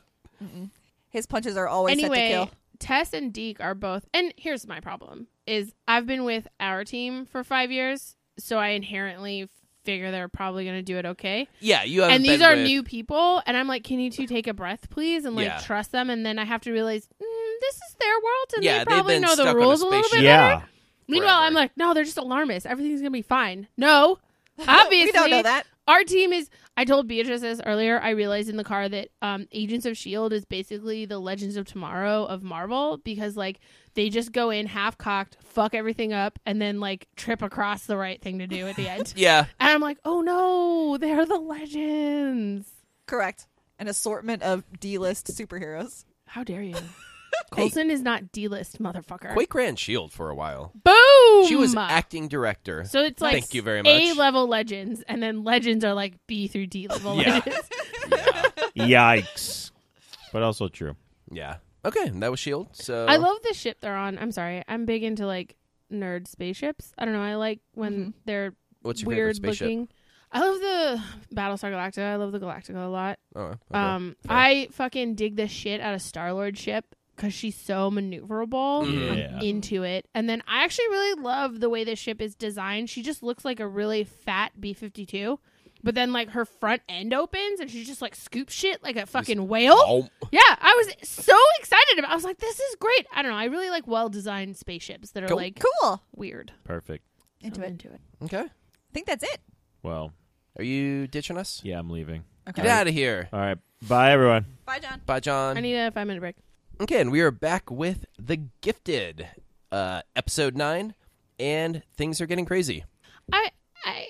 Speaker 4: his punches are always set to
Speaker 5: anyway,
Speaker 4: kill.
Speaker 5: Tess and Deke are both. And here's my problem: is I've been with our team for five years, so I inherently figure they're probably going to do it okay.
Speaker 2: Yeah, you have.
Speaker 5: and these are new people, and I'm like, can you two take a breath, please, and like
Speaker 2: Yeah.
Speaker 5: trust them? And then I have to realize mm, this is their world, and
Speaker 2: Yeah,
Speaker 5: they
Speaker 2: they've
Speaker 5: probably
Speaker 2: been
Speaker 5: know
Speaker 2: stuck
Speaker 5: the
Speaker 2: on a
Speaker 5: rules a, little
Speaker 2: spaceship.
Speaker 5: bit better.
Speaker 3: Yeah.
Speaker 5: Meanwhile,
Speaker 2: Forever.
Speaker 5: I'm like, no, they're just alarmists. Everything's gonna be fine. No, obviously,
Speaker 4: we don't know that.
Speaker 5: our team is i told beatrice this earlier i realized in the car that um, agents of shield is basically the legends of tomorrow of marvel because like they just go in half cocked fuck everything up and then like trip across the right thing to do at the end
Speaker 2: Yeah,
Speaker 5: and i'm like oh no they're the legends
Speaker 4: Correct. An assortment of D-list superheroes.
Speaker 5: how dare you colson is not d-list motherfucker
Speaker 2: Quake ran Shield E for a while.
Speaker 5: boom
Speaker 2: She was acting director.
Speaker 5: Oh so it's like
Speaker 2: Thank you very much.
Speaker 5: A level legends, and then legends are like B through D level
Speaker 2: Yeah.
Speaker 5: legends.
Speaker 2: yeah.
Speaker 3: Yikes. But also true.
Speaker 2: yeah. Okay, and that was Shield. E So
Speaker 5: I love the ship they're on. I'm sorry. I'm big into like nerd spaceships. I don't know. I like when they're
Speaker 2: what's your favorite
Speaker 5: weird
Speaker 2: spaceship?
Speaker 5: looking. I love the Battlestar Galactica. I love the Galactica a lot.
Speaker 2: Oh, okay.
Speaker 5: um,
Speaker 2: fair.
Speaker 5: I fucking dig the shit out of Star Lord ship because she's so maneuverable.
Speaker 2: Mhm.
Speaker 3: Yeah.
Speaker 5: Into it, and then I actually really love the way this ship is designed. She just looks like a really fat B fifty two, but then like her front end opens and she just like scoops shit like a fucking whale.
Speaker 2: Oh,
Speaker 5: Yeah, I was so excited about. I was like, "This is great!" I don't know. I really like well-designed spaceships that are
Speaker 2: Cool.
Speaker 5: like
Speaker 4: Cool.
Speaker 5: weird.
Speaker 3: Perfect.
Speaker 4: Into
Speaker 5: I'm
Speaker 4: it.
Speaker 5: it.
Speaker 2: okay.
Speaker 4: I think that's it.
Speaker 3: Well,
Speaker 2: Are you ditching us?
Speaker 3: yeah, I'm leaving.
Speaker 2: Get out of here.
Speaker 3: All right. Bye, everyone.
Speaker 4: Bye, John.
Speaker 2: Bye, John.
Speaker 5: I need a five-minute break.
Speaker 2: Okay, and we are back with The Gifted, uh, episode nine, and things are getting crazy.
Speaker 5: I I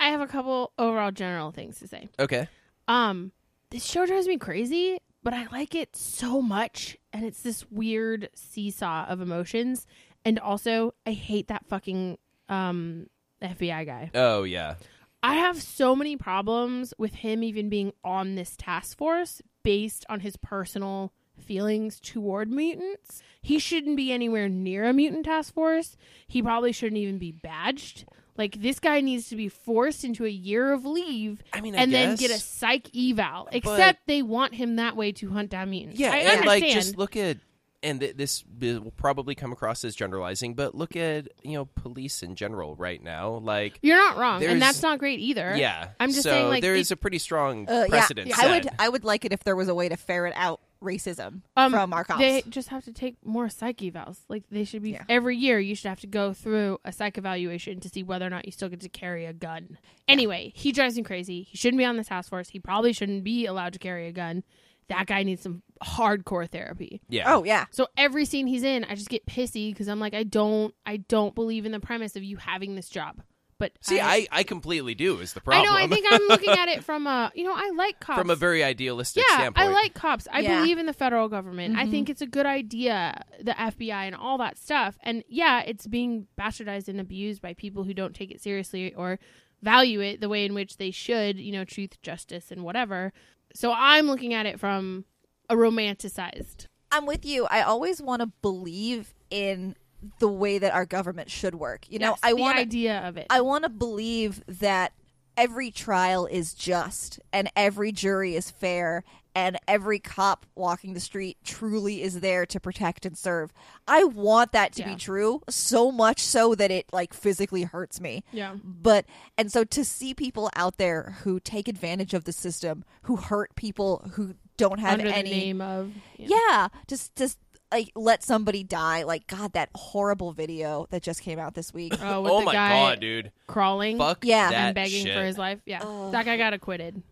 Speaker 5: I have a couple overall general things to say.
Speaker 2: Okay.
Speaker 5: Um, this show drives me crazy, but I like it so much, and it's this weird seesaw of emotions. And also, I hate that fucking um FBI guy.
Speaker 2: Oh, yeah.
Speaker 5: I have so many problems with him even being on this task force based on his personal feelings toward mutants. He shouldn't be anywhere near a mutant task force. He probably shouldn't even be badged. Like this guy needs to be forced into a year of leave
Speaker 2: I mean, I
Speaker 5: and then get a
Speaker 2: guess.
Speaker 5: psych eval. Except they want him that way to hunt down mutants.
Speaker 2: Yeah,
Speaker 5: I
Speaker 2: and
Speaker 5: understand.
Speaker 2: like just look at and th- this b- will probably come across as generalizing, but look at you know police in general right now. Like,
Speaker 5: You're not wrong,
Speaker 2: There's-
Speaker 5: and that's not great either.
Speaker 2: yeah,
Speaker 5: I'm just
Speaker 2: so
Speaker 5: saying, like,
Speaker 2: there
Speaker 5: it-
Speaker 2: is a pretty strong
Speaker 4: Uh, yeah,
Speaker 2: precedent.
Speaker 4: I
Speaker 2: set.
Speaker 4: would. I would like it if there was a way to ferret out racism
Speaker 5: um,
Speaker 4: from our cops.
Speaker 5: They just have to take more psych evals. Like they should be
Speaker 4: Yeah.
Speaker 5: every year. You should have to go through a psych evaluation to see whether or not you still get to carry a gun. Anyway, he drives me crazy. He shouldn't be on the task force. He probably shouldn't be allowed to carry a gun. That guy needs some hardcore therapy.
Speaker 2: yeah.
Speaker 4: oh yeah,
Speaker 5: So every scene he's in, I just get pissy because I'm like, I don't, I don't believe in the premise of you having this job. But
Speaker 2: See, I, I completely do is the
Speaker 5: I
Speaker 2: problem.
Speaker 5: know. I think I'm looking at it from a, you know, I like cops
Speaker 2: from a very idealistic
Speaker 5: yeah,
Speaker 2: standpoint.
Speaker 5: I like cops. I
Speaker 4: Yeah. Mm-hmm.
Speaker 5: believe in the federal government. I think it's a good idea, the FBI and all that stuff. And yeah, it's being bastardized and abused by people who don't take it seriously or value it the way in which they should, you know, truth, justice, and whatever. So I'm looking at it from a romanticized.
Speaker 4: I'm with you. I always want to believe in the way that our government should work. You know,
Speaker 5: Yes,
Speaker 4: I
Speaker 5: the
Speaker 4: want to
Speaker 5: idea of it.
Speaker 4: I want to believe that every trial is just and every jury is fair and every cop walking the street truly is there to protect and serve. I want that to
Speaker 5: Yeah.
Speaker 4: be true so much so that it like physically hurts me.
Speaker 5: Yeah.
Speaker 4: But and so to see people out there who take advantage of the system, who hurt people who don't have
Speaker 5: under the
Speaker 4: any
Speaker 5: name of
Speaker 4: yeah, just just like let somebody die. Like God, that horrible video that just came out this week.
Speaker 5: Oh, with
Speaker 2: Oh
Speaker 5: the
Speaker 2: my
Speaker 5: guy
Speaker 2: god, dude!
Speaker 5: crawling
Speaker 2: Fuck
Speaker 4: Yeah.
Speaker 2: that
Speaker 5: and begging
Speaker 2: shit.
Speaker 5: for his life. Yeah,
Speaker 4: Oh.
Speaker 5: that guy got acquitted.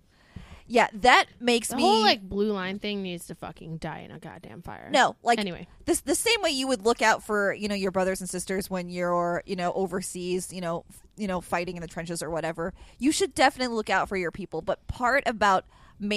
Speaker 4: yeah, that makes
Speaker 5: The
Speaker 4: me
Speaker 5: whole like blue line thing needs to fucking die in a goddamn fire.
Speaker 4: no like
Speaker 5: anyway.
Speaker 4: this the same way you would look out for you know your brothers and sisters when you're you know overseas you know f- you know fighting in the trenches or whatever. You should definitely look out for your people. But part about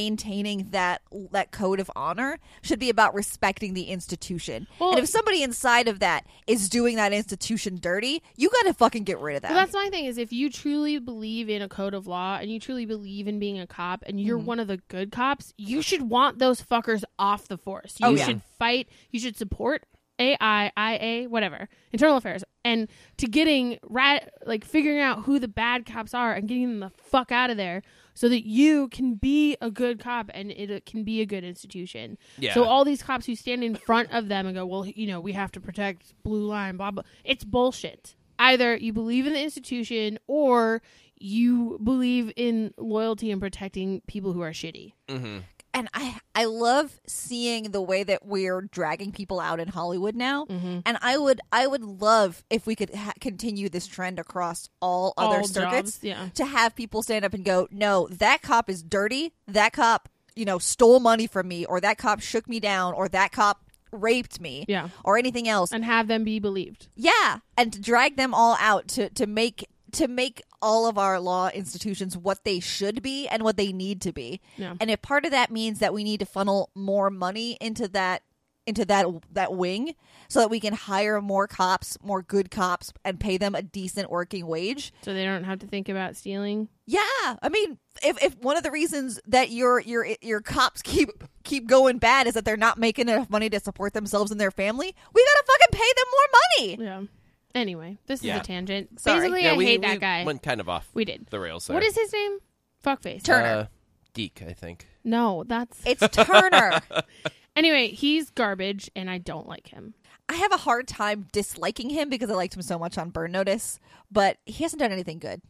Speaker 4: maintaining that that code of honor should be about respecting the institution.
Speaker 5: Well-
Speaker 4: and if somebody inside of that is doing that institution dirty, you got to fucking get rid of that.
Speaker 5: Well, that's my thing is if you truly believe in a code of law and you truly believe in being a cop and
Speaker 4: Mhm.
Speaker 5: you're one of the good cops, you should want those fuckers off the force. You
Speaker 4: Oh, yeah.
Speaker 5: should fight. You should support AI, IA, whatever, internal affairs, and to getting rat like figuring out who the bad cops are and getting them the fuck out of there so that you can be a good cop and it can be a good institution.
Speaker 2: Yeah.
Speaker 5: So all these cops who stand in front of them and go, well, you know, we have to protect blue line, blah blah. It's bullshit. Either you believe in the institution or you believe in loyalty and protecting people who are shitty.
Speaker 4: and I I love seeing the way that we're dragging people out in Hollywood now.
Speaker 5: Mm-hmm.
Speaker 4: And I would I would love if we could ha- continue this trend across all, other
Speaker 5: All
Speaker 4: circuits
Speaker 5: jobs, yeah.
Speaker 4: to have people stand up and go, "No, that cop is dirty. That cop, you know, stole money from me or that cop shook me down or that cop raped me."
Speaker 5: Yeah.
Speaker 4: Or anything else.
Speaker 5: And have them be believed.
Speaker 4: Yeah, and to drag them all out to to make to make all of our law institutions what they should be and what they need to be.
Speaker 5: Yeah.
Speaker 4: And if part of that means that we need to funnel more money into that into that that wing so that we can hire more cops, more good cops and pay them a decent working wage.
Speaker 5: So they don't have to think about stealing.
Speaker 4: Yeah, I mean, if, if one of the reasons that your your your cops keep keep going bad is that they're not making enough money to support themselves and their family, we got to fucking pay them more money.
Speaker 5: Yeah. Anyway, this
Speaker 2: Yeah.
Speaker 5: is a tangent.
Speaker 4: Sorry.
Speaker 5: Basically,
Speaker 2: Yeah,
Speaker 5: I
Speaker 2: we,
Speaker 5: hate
Speaker 2: we
Speaker 5: that guy.
Speaker 2: Went kind of off
Speaker 5: we did.
Speaker 2: the rails there.
Speaker 5: What is his name? Fuckface.
Speaker 4: Turner.
Speaker 2: Uh, Deke, I think.
Speaker 5: no, that's.
Speaker 4: It's Turner.
Speaker 5: Anyway, he's garbage and I don't like him.
Speaker 4: I have a hard time disliking him because I liked him so much on Burn Notice, but he hasn't done anything good.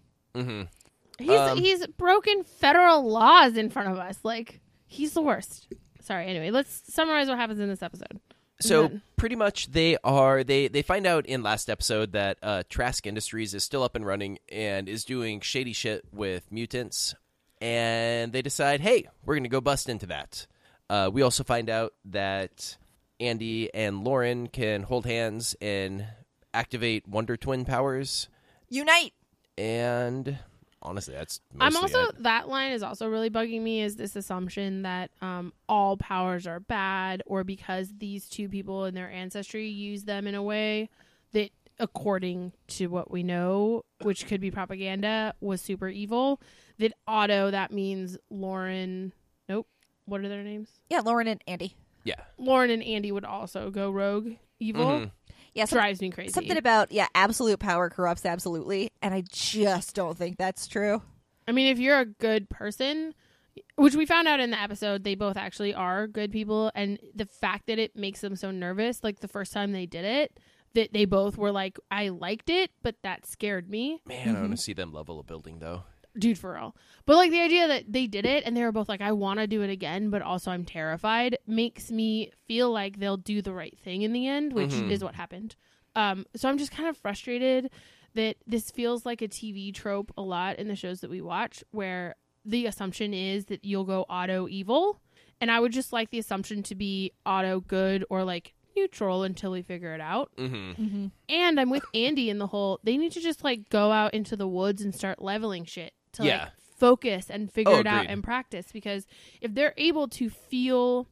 Speaker 5: He's he's broken federal laws in front of us. Like he's the worst. Sorry. Anyway, let's summarize what happens in this episode.
Speaker 2: So
Speaker 5: None.
Speaker 2: pretty much they are they they find out in last episode that uh, Trask Industries is still up and running and is doing shady shit with mutants, and they decide, hey, we're gonna go bust into that. Uh, we also find out that Andy and Lauren can hold hands and activate Wonder Twin powers,
Speaker 4: Unite.
Speaker 2: and honestly, that's
Speaker 5: I'm
Speaker 2: mostly
Speaker 5: also
Speaker 2: it.
Speaker 5: that line is also really bugging me is this assumption that um, all powers are bad or because these two people in their ancestry use them in a way that according to what we know, which could be propaganda, was super evil, that Otto that means Lauren nope. What are their names?
Speaker 4: Yeah, Lauren and Andy.
Speaker 2: yeah. Mm-hmm.
Speaker 5: Lauren and Andy would also go rogue evil.
Speaker 4: Yeah, some-
Speaker 5: Drives me crazy.
Speaker 4: something about yeah, absolute power corrupts absolutely, and I just don't think that's true.
Speaker 5: I mean, if you're a good person, which we found out in the episode, they both actually are good people, and the fact that it makes them so nervous, like the first time they did it, that they both were like, "I liked it, but that scared me."
Speaker 2: Man, I want to see them level a building though.
Speaker 5: dude for real but like the idea that they did it and they were both like i want to do it again but also i'm terrified makes me feel like they'll do the right thing in the end which is what happened um so i'm just kind of frustrated that this feels like a tv trope a lot in the shows that we watch where the assumption is that you'll go auto evil and i would just like the assumption to be auto good or like neutral until we figure it out
Speaker 2: hmm
Speaker 5: and I'm with Andy in the whole. They need to just like go out into the woods and start leveling shit to
Speaker 2: Yeah.
Speaker 5: like focus and figure
Speaker 2: Oh,
Speaker 5: it out
Speaker 2: agreed.
Speaker 5: and practice because if they're able to feel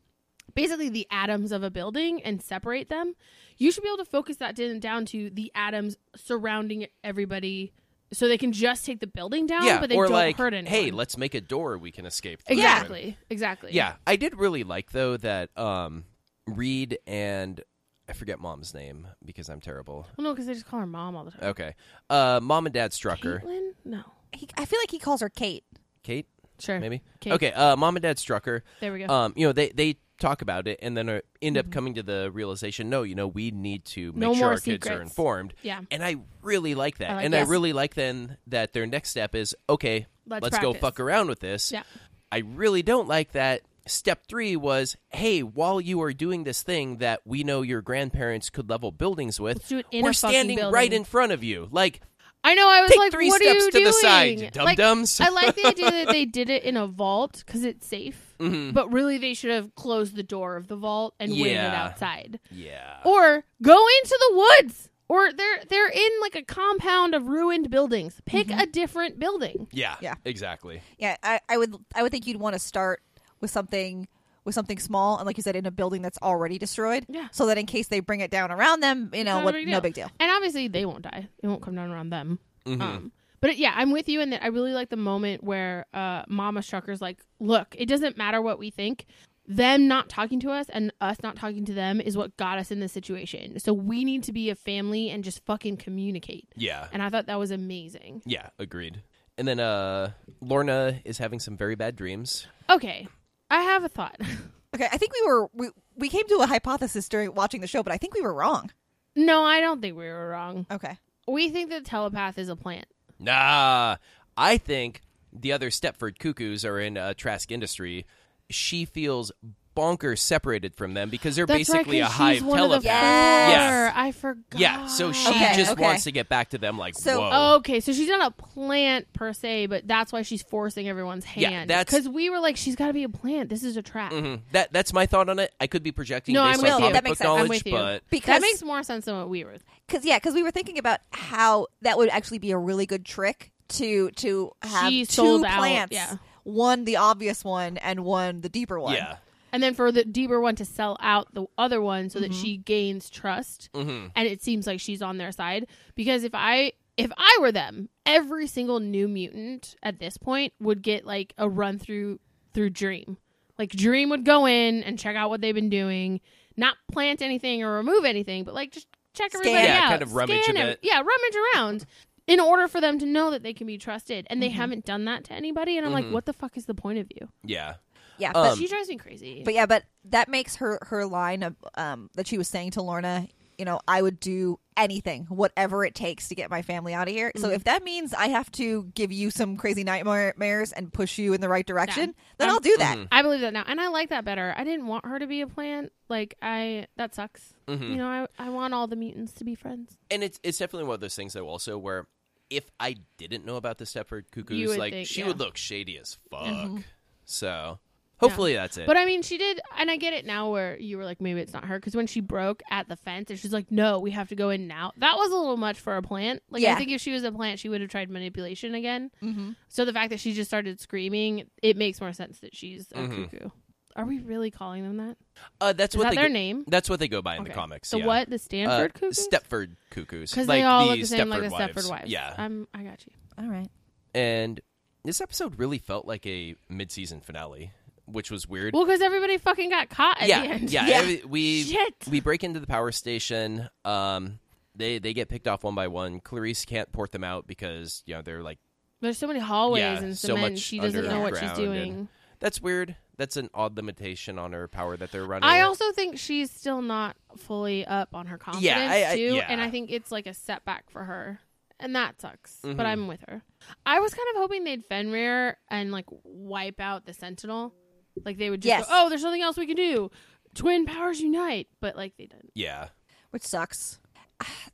Speaker 5: basically the atoms of a building and separate them, you should be able to focus that din- down to the atoms surrounding everybody so they can just take the building down
Speaker 2: Yeah,
Speaker 5: but they
Speaker 2: or
Speaker 5: don't
Speaker 2: like,
Speaker 5: hurt anyone.
Speaker 2: hey, let's make a door we can escape. through.
Speaker 5: exactly. Exactly.
Speaker 2: Yeah, I did really like though that um Reed and I forget mom's name because I'm terrible.
Speaker 5: Well, no, because they just call her mom all the time.
Speaker 2: Okay. Uh mom and dad struck her.
Speaker 5: Caitlin? No.
Speaker 4: He, I feel like he calls her Kate.
Speaker 2: Kate,
Speaker 5: Sure.
Speaker 2: maybe?
Speaker 5: Kate.
Speaker 2: Okay, uh mom and dad struck her.
Speaker 5: There we go.
Speaker 2: Um you know, they they talk about it and then are, end up coming to the realization, no, you know, we need to make
Speaker 5: Mm-hmm. No
Speaker 2: sure
Speaker 5: more
Speaker 2: our kids are
Speaker 5: secrets.
Speaker 2: informed.
Speaker 5: Yeah.
Speaker 2: And I really like that.
Speaker 5: I like
Speaker 2: and I
Speaker 5: that.
Speaker 2: really like then that their next step is, okay,
Speaker 5: Let's
Speaker 2: go
Speaker 5: practice.
Speaker 2: fuck around with this.
Speaker 5: Yeah.
Speaker 2: I really don't like that. Step three was, hey, while you are doing this thing that we know your grandparents could level buildings with,
Speaker 5: Let's do it in a
Speaker 2: we're
Speaker 5: fucking
Speaker 2: standing
Speaker 5: building.
Speaker 2: right in front of you. Like,
Speaker 5: I know. I was
Speaker 2: Take
Speaker 5: like,
Speaker 2: three
Speaker 5: what
Speaker 2: steps
Speaker 5: are you
Speaker 2: to
Speaker 5: doing?
Speaker 2: the side, you
Speaker 5: Like,
Speaker 2: dum-dums.
Speaker 5: I like the idea that they did it in a vault because it's safe,
Speaker 2: Mm-hmm.
Speaker 5: but really they should have closed the door of the vault and waited
Speaker 2: Yeah.
Speaker 5: outside,
Speaker 2: yeah.
Speaker 5: or go into the woods, or they're they're in like a compound of ruined
Speaker 2: Mm-hmm.
Speaker 5: buildings. Pick a different building.
Speaker 2: Yeah.
Speaker 4: Yeah.
Speaker 2: Exactly.
Speaker 4: Yeah, I, I would I would think you'd want to start with something with something small and like you said in a building that's already destroyed
Speaker 5: Yeah.
Speaker 4: so that in case they bring it down around them you know
Speaker 5: not a
Speaker 4: what
Speaker 5: big
Speaker 4: no big deal
Speaker 5: And obviously, they won't die. It won't come down around them.
Speaker 2: Mm-hmm.
Speaker 5: Um, but yeah, I'm with you in that I really like the moment where uh, Mama Strucker's like, look, it doesn't matter what we think. Them not talking to us and us not talking to them is what got us in this situation. So we need to be a family and just fucking communicate.
Speaker 2: Yeah.
Speaker 5: And I thought that was amazing.
Speaker 2: Yeah, agreed. And then uh Lorna is having some very bad dreams.
Speaker 5: Okay. I have a thought.
Speaker 4: okay i think we were we, we came to a hypothesis during watching the show but i think we were wrong
Speaker 5: no, I don't think we were wrong.
Speaker 4: okay
Speaker 5: We think that telepath is a plant.
Speaker 2: Nah, I think the other Stepford cuckoos are in uh, Trask Industry. She feels bonkers separated from them because they're
Speaker 5: That's right,
Speaker 2: basically
Speaker 5: 'cause
Speaker 2: a hive
Speaker 5: she's one
Speaker 2: telepath.
Speaker 5: Of the
Speaker 2: Yes.
Speaker 5: four. I forgot.
Speaker 2: Yeah, so she
Speaker 4: Okay,
Speaker 2: just
Speaker 4: okay.
Speaker 2: wants to get back to them. Like,
Speaker 4: So-
Speaker 2: whoa.
Speaker 5: Okay, so oh. she's not a plant per se, but that's why she's forcing everyone's hand.
Speaker 2: Yeah, that's-
Speaker 5: because we were like, she's got to be a plant. This is a trap.
Speaker 2: Mhm. That that's my thought on it. I could be projecting
Speaker 5: No,
Speaker 2: based
Speaker 5: I'm
Speaker 2: on
Speaker 5: with you.
Speaker 2: comic
Speaker 4: That
Speaker 2: book
Speaker 4: makes sense. I'm
Speaker 2: knowledge,
Speaker 5: with you.
Speaker 2: but
Speaker 4: because
Speaker 5: That makes more sense than what we were.
Speaker 4: Because yeah, because we were thinking about how that would actually be a really good trick to to have
Speaker 5: She
Speaker 4: two
Speaker 5: sold out,
Speaker 4: plants,
Speaker 5: yeah.
Speaker 4: one the obvious one and one the deeper one.
Speaker 2: yeah,
Speaker 5: And then for the deeper one to sell out the other one, so that
Speaker 2: Mm-hmm.
Speaker 5: she gains trust, and it seems like she's on their side. Because if I if I were them, every single new mutant at this point would get like a run through through Dream. Like Dream would go in and check out what they've been doing, not plant anything or remove anything, but like just check
Speaker 4: Scan.
Speaker 5: everybody
Speaker 2: Yeah,
Speaker 5: out,
Speaker 2: kind of rummage
Speaker 5: scan
Speaker 2: a
Speaker 5: every-
Speaker 2: bit.
Speaker 5: yeah, rummage around. In order for them to know that they can be trusted, and they
Speaker 2: Mm-hmm.
Speaker 5: haven't done that to anybody, and I'm like, what the fuck is the point of you?
Speaker 2: yeah.
Speaker 4: yeah.
Speaker 2: Mm-hmm. Um,
Speaker 4: But,
Speaker 5: she drives me crazy.
Speaker 4: but yeah, but that makes her her line of um that she was saying to Lorna, you know, I would do anything, whatever it takes to get my family out of here.
Speaker 5: Mm-hmm.
Speaker 4: So if that means I have to give you some crazy nightmares and push you in the right direction, then
Speaker 5: Um,
Speaker 4: I'll do that.
Speaker 5: I believe that now, and I like that better. I didn't want her to be a plant. Like I, that sucks.
Speaker 2: Mm-hmm.
Speaker 5: You know, I, I want all the mutants to be friends.
Speaker 2: and it's it's definitely one of those things though also where if I didn't know about the Stepford
Speaker 5: You
Speaker 2: Cuckoos,
Speaker 5: would
Speaker 2: like
Speaker 5: think-
Speaker 2: she
Speaker 5: yeah. Mm-hmm.
Speaker 2: would look shady as fuck. So hopefully that's it.
Speaker 5: But uh, I mean, she did, and I get it now. Where you were like, maybe it's not her, because when she broke at the fence, and she's like, "No, we have to go in now." That was a little much for a plant. Like
Speaker 4: Yeah.
Speaker 5: I think if she was a plant, she would have tried manipulation again. So the fact that she just started screaming, it makes more sense that she's a cuckoo. Are we really calling them that?
Speaker 2: uh, that's Mm-hmm.
Speaker 5: Is
Speaker 2: what
Speaker 5: that
Speaker 2: they
Speaker 5: their
Speaker 2: go-
Speaker 5: name?
Speaker 2: That's what they go by in
Speaker 5: Okay.
Speaker 2: the comics.
Speaker 5: The
Speaker 2: yeah.
Speaker 5: what? The
Speaker 2: Uh,
Speaker 5: Stanford cuckoo.
Speaker 2: Stepford Cuckoos,
Speaker 5: Because
Speaker 2: like
Speaker 5: they all
Speaker 2: the
Speaker 5: look the same, like
Speaker 2: Stepford
Speaker 5: the Stepford wives.
Speaker 2: Yeah,
Speaker 5: I'm. I got you.
Speaker 2: Mm-hmm.
Speaker 4: All right.
Speaker 2: and this episode really felt like a mid-season finale, which was weird.
Speaker 5: Well, because everybody fucking got caught at
Speaker 2: yeah,
Speaker 5: the end.
Speaker 2: yeah,
Speaker 4: Yeah.
Speaker 2: every- We
Speaker 5: Shit.
Speaker 2: we break into the power station. Um, they they get picked off one by one. Clarice can't port them out because you know they're like
Speaker 5: There's so many hallways
Speaker 2: Yeah,
Speaker 5: and
Speaker 2: so
Speaker 5: cement.
Speaker 2: much
Speaker 5: she doesn't know what she's
Speaker 2: underground and-
Speaker 5: doing.
Speaker 2: that's weird. That's an odd limitation on her power that they're running.
Speaker 5: I also think she's still not fully up on her confidence
Speaker 2: I- I-
Speaker 5: too,
Speaker 2: yeah.
Speaker 5: and I think it's like a setback for her, and that sucks.
Speaker 2: Mm-hmm.
Speaker 5: But I'm with her. I was kind of hoping they'd Fenrir and like wipe out the Sentinel, like they would just
Speaker 4: Yes.
Speaker 5: go, oh, there's nothing else we can do. Twin powers unite, but like they didn't.
Speaker 2: yeah,
Speaker 4: which sucks.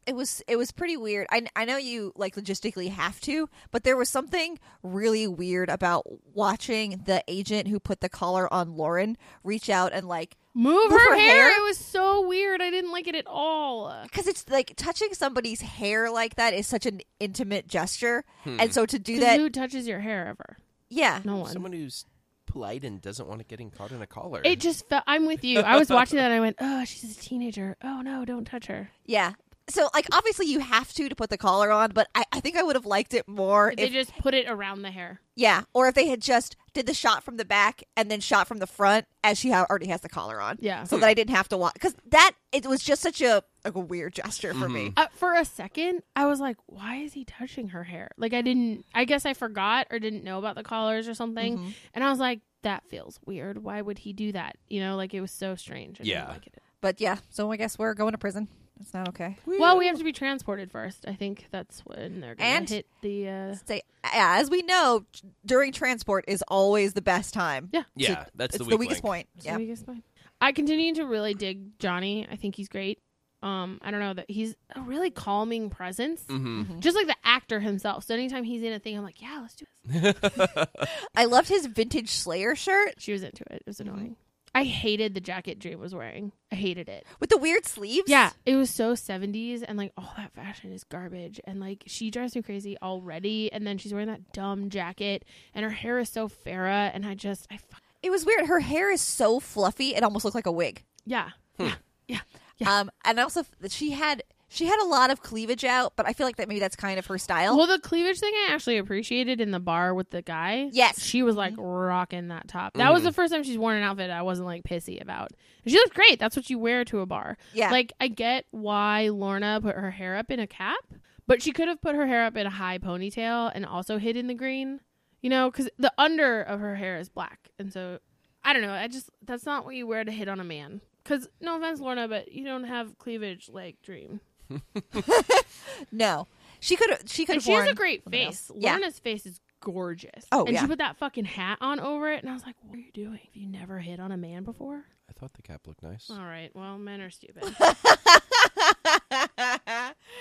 Speaker 4: It was it was pretty weird. I I know you like logistically have to, but there was something really weird about watching the agent who put the collar on Lauren reach out and like
Speaker 5: Move
Speaker 4: Move
Speaker 5: her,
Speaker 4: her
Speaker 5: hair.
Speaker 4: hair?
Speaker 5: It was so weird. I didn't like it at all.
Speaker 4: because it's like touching somebody's hair like that is such an intimate gesture, and so to do that,
Speaker 5: Who touches your hair ever?
Speaker 4: yeah,
Speaker 5: No one.
Speaker 2: someone who's polite and doesn't want to getting caught in a collar.
Speaker 5: It just felt. I'm with you. I was watching that and I went, oh, she's a teenager. Oh, no, don't touch her.
Speaker 4: yeah. So like obviously you have to to put the collar on, but I, I think I would have liked it more
Speaker 5: They
Speaker 4: if
Speaker 5: just put it around the hair.
Speaker 4: yeah, or if they had just did the shot from the back and then shot from the front as she ha- already has the collar on.
Speaker 5: Yeah.
Speaker 4: so that I didn't have to watch because that it was just such a like a weird gesture for me.
Speaker 5: Uh, for a second, I was like, why is he touching her hair? Like, I didn't, I guess I forgot or didn't know about the collars or something.
Speaker 4: Mm-hmm.
Speaker 5: And I was like, that feels weird. Why would he do that? You know, like it was so strange. I didn't
Speaker 2: Yeah.
Speaker 5: like it.
Speaker 4: But yeah, so I guess we're going to prison. That's not okay.
Speaker 5: Well, we have to be transported first. I think that's when they're going
Speaker 4: And-
Speaker 5: to hit the. Uh,
Speaker 4: Say, yeah, as we know, t- during transport is always the best time.
Speaker 5: Yeah.
Speaker 2: Yeah, that's
Speaker 4: it's
Speaker 2: the
Speaker 4: the,
Speaker 2: weak
Speaker 4: weakest
Speaker 2: link.
Speaker 4: point. Yeah,
Speaker 5: I guess mine. I continue to really dig Johnny. I think he's great. Um, I don't know that he's a really calming presence,
Speaker 2: Mm-hmm.
Speaker 4: Mm-hmm.
Speaker 5: just like the actor himself. So anytime he's in a thing, I'm like, yeah, let's do this.
Speaker 4: I loved his vintage Slayer shirt
Speaker 5: She was into it. It was annoying. I hated the jacket Dream was wearing. I hated it.
Speaker 4: with the weird sleeves.
Speaker 5: Yeah, it was so 70s, and like all that fashion is garbage. And like she drives me crazy already. And then she's wearing that dumb jacket, and her hair is so Farrah. And I just, I fuck.
Speaker 4: It was weird. Her hair is so fluffy; it almost looked like a wig.
Speaker 5: Yeah. Yeah. Yeah.
Speaker 4: Um, and also f- she had she had a lot of cleavage out, but I feel like that maybe that's kind of her style.
Speaker 5: Well, the cleavage thing I actually appreciated in the bar with the guy.
Speaker 4: Yes.
Speaker 5: She was like rocking that top. That was the first time she's worn an outfit I wasn't like pissy about. And She looked great. That's what you wear to a bar.
Speaker 4: Yeah.
Speaker 5: Like, I get why Lorna put her hair up in a cap, but she could have put her hair up in a high ponytail and also hid in the green, you know, because the under of her hair is black. And so, I don't know. I just, that's not what you wear to hit on a man. Because, no offense, Lorna, but you don't have cleavage like Dream.
Speaker 4: no, she could she could.
Speaker 5: And
Speaker 4: have
Speaker 5: she has a
Speaker 4: worn-
Speaker 5: great
Speaker 4: Something
Speaker 5: face.
Speaker 4: else. Yeah.
Speaker 5: Lorna's face is gorgeous.
Speaker 4: Oh,
Speaker 5: and
Speaker 4: yeah.
Speaker 5: she put that fucking hat on over it, and I was like, "What are you doing? Have you never hit on a man before?"
Speaker 2: I thought the cap looked nice.
Speaker 5: All right, well, men are stupid.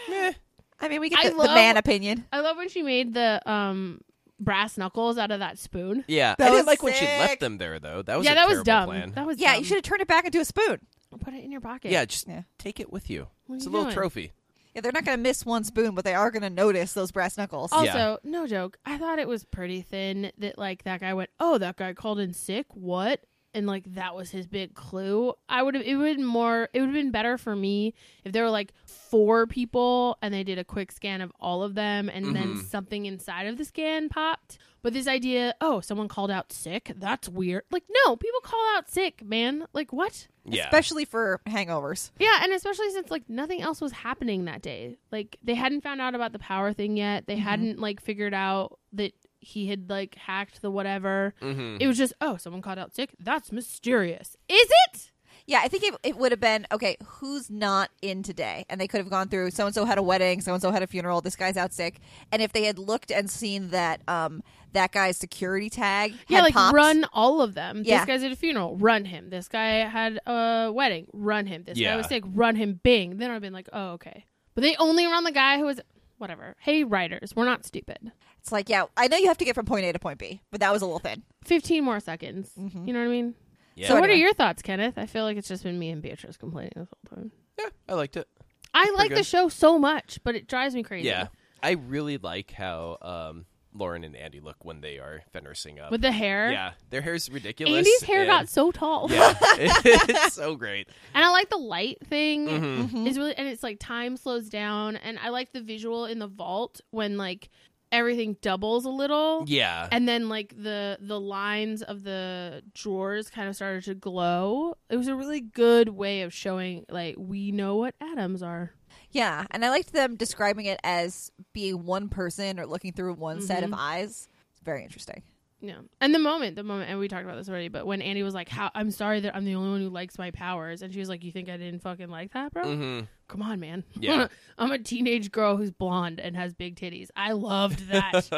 Speaker 4: I mean, we get
Speaker 5: I
Speaker 4: the, the
Speaker 5: love-
Speaker 4: man opinion.
Speaker 5: I love when she made the um brass knuckles out of that spoon.
Speaker 2: Yeah,
Speaker 4: That
Speaker 2: I
Speaker 4: was
Speaker 2: didn't like when she
Speaker 4: sick.
Speaker 2: left them there though. That was
Speaker 5: yeah,
Speaker 2: a
Speaker 5: that was
Speaker 2: terrible
Speaker 5: dumb.
Speaker 2: Plan.
Speaker 5: That was
Speaker 4: Yeah,
Speaker 5: dumb.
Speaker 4: you should have turned it back into a spoon.
Speaker 5: put it in your pocket.
Speaker 2: yeah, just
Speaker 4: Yeah.
Speaker 2: take it with you.
Speaker 5: What are
Speaker 2: It's
Speaker 5: you
Speaker 2: a little
Speaker 5: doing?
Speaker 2: trophy.
Speaker 4: Yeah, they're not going to miss one spoon, but they are going to notice those brass knuckles.
Speaker 5: Also,
Speaker 2: Yeah.
Speaker 5: no joke. I thought it was pretty thin that like that guy went, "Oh, that guy called in sick. What?" And like that was his big clue. I would have. It would more. It would have been better for me if there were like four people and they did a quick scan of all of them, and then something inside of the scan popped. But this idea, oh, someone called out sick. That's weird. Like, no, people call out sick, man. Like, what?
Speaker 2: Yeah,
Speaker 4: especially for hangovers.
Speaker 5: Yeah, and especially since like nothing else was happening that day. Like they hadn't found out about the power thing yet. They hadn't like figured out that he had like hacked the whatever. It was just, oh, someone called out sick. That's mysterious. Is it?
Speaker 4: Yeah, I think it, it would have been okay. Who's not in today? And they could have gone through. So and so had a wedding. So and so had a funeral. This guy's out sick. And if they had looked and seen that um that guy's security tag,
Speaker 5: Yeah,
Speaker 4: had
Speaker 5: like
Speaker 4: popped-
Speaker 5: run all of them.
Speaker 4: Yeah.
Speaker 5: This guy's at a funeral, run him. This guy had a wedding, run him. This guy
Speaker 2: Yeah.
Speaker 5: was sick, run him. Bing. Then I've been like, oh, okay. But they only run the guy who was whatever. Hey, writers, we're not stupid.
Speaker 4: It's like yeah, I know you have to get from point A to point B, but that was a little thin.
Speaker 5: Fifteen more seconds.
Speaker 4: Mm-hmm.
Speaker 5: You know what I mean?
Speaker 2: yeah.
Speaker 5: So, what
Speaker 4: anyway.
Speaker 5: are your thoughts, Kenneth? I feel like it's just been me and Beatrice complaining this whole time.
Speaker 2: yeah, I liked it.
Speaker 5: I like the
Speaker 2: good.
Speaker 5: show so much, but it drives me crazy.
Speaker 2: Yeah, I really like how um, Lauren and Andy look when they are fendersing up.
Speaker 5: With the hair.
Speaker 2: yeah, their hair's ridiculous.
Speaker 5: Andy's hair
Speaker 2: and-
Speaker 5: got so tall.
Speaker 2: yeah, it's so great.
Speaker 5: And I like the light thing.
Speaker 2: Mm-hmm.
Speaker 5: It's really and it's like time slows down and I like the visual in the vault when like everything doubles a little.
Speaker 2: Yeah,
Speaker 5: And then like the the lines of the drawers kind of started to glow. It was a really good way of showing like we know what atoms are.
Speaker 4: Yeah, and I liked them describing it as being one person or looking through one set of eyes. It's very interesting.
Speaker 5: Yeah. And the moment, the moment, and we talked about this already, but when Andy was like, "How I'm sorry that I'm the only one who likes my powers," and she was like, "You think I didn't fucking like that, bro?
Speaker 2: Mhm.
Speaker 5: Come on, man.
Speaker 2: Yeah.
Speaker 5: I'm a teenage girl who's blonde and has big titties. I loved that.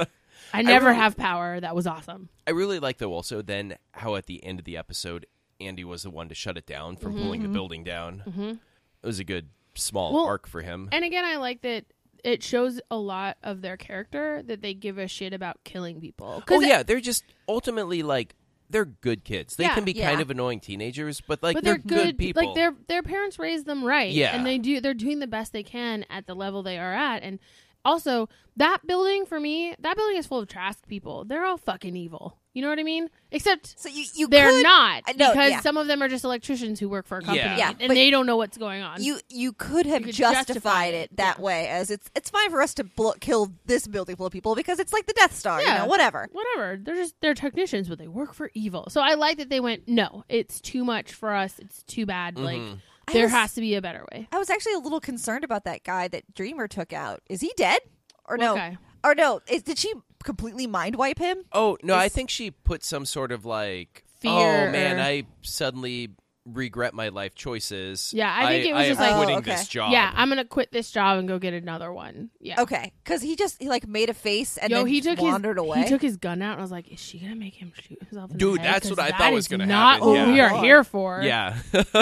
Speaker 5: I never
Speaker 2: really-
Speaker 5: have power. That was awesome.
Speaker 2: I really like though also then how at the end of the episode Andy was the one to shut it down from pulling the building down. Mm-hmm. It was a good small
Speaker 5: Well,
Speaker 2: arc for him.
Speaker 5: And again, I like that." It shows a lot of their character that they give a shit about killing people. 'Cause
Speaker 2: Oh yeah, they're just ultimately like they're good kids. They
Speaker 5: Yeah,
Speaker 2: can be
Speaker 4: yeah.
Speaker 2: kind of annoying teenagers, but like
Speaker 5: but
Speaker 2: they're, good, people.
Speaker 5: Like their their parents raised them right.
Speaker 2: Yeah.
Speaker 5: and they do. They're doing the best they can at the level they are at, and also that building for me, that building is full of Trask people. They're all fucking evil. You know what I mean? Except
Speaker 4: So you you
Speaker 5: they're
Speaker 4: could-
Speaker 5: not
Speaker 4: I know,
Speaker 5: because
Speaker 4: yeah.
Speaker 5: some of them are just electricians who work for a company
Speaker 2: Yeah.
Speaker 4: Yeah,
Speaker 5: and
Speaker 4: but-
Speaker 5: they don't know what's going on.
Speaker 4: You you could have
Speaker 5: could
Speaker 4: justified
Speaker 5: justify
Speaker 4: it,
Speaker 5: it,
Speaker 4: that
Speaker 5: yeah.
Speaker 4: way as it's it's fine for us to blo- kill this building full of people because it's like the Death Star, you
Speaker 5: Yeah.
Speaker 4: know, whatever.
Speaker 5: whatever they're just they're technicians but they work for evil so i like that they went no it's too much for us it's too bad
Speaker 2: Mm-hmm.
Speaker 5: like
Speaker 4: I
Speaker 5: there
Speaker 4: was-
Speaker 5: has to be a better way
Speaker 4: I was actually a little concerned about that guy that Dreamer took out. Is he dead or
Speaker 5: What
Speaker 4: no?
Speaker 5: guy?
Speaker 4: Or no? Is, did she completely mind wipe him?
Speaker 2: oh no, I think she put some sort of like
Speaker 5: Fear
Speaker 2: Oh man,
Speaker 5: or-
Speaker 2: I suddenly regret my life choices.
Speaker 5: Yeah, I think it was
Speaker 2: I
Speaker 5: just
Speaker 2: am
Speaker 5: like-
Speaker 2: quitting
Speaker 4: Oh, okay.
Speaker 2: this job.
Speaker 5: yeah i'm gonna quit this job and go get another one yeah
Speaker 4: Okay, because he just he like made a face and
Speaker 5: Yo,
Speaker 4: then
Speaker 5: he took
Speaker 4: wandered
Speaker 5: his,
Speaker 4: away.
Speaker 5: He took his gun out, and I was like, "Is she gonna make him shoot himself?" In
Speaker 2: Dude,
Speaker 5: the head?
Speaker 2: that's what
Speaker 5: 'Cause
Speaker 2: I
Speaker 5: that
Speaker 2: thought was
Speaker 5: is
Speaker 2: gonna
Speaker 5: not
Speaker 2: happen,
Speaker 5: what
Speaker 2: yeah.
Speaker 5: we are
Speaker 4: Oh,
Speaker 5: here for.
Speaker 2: Yeah.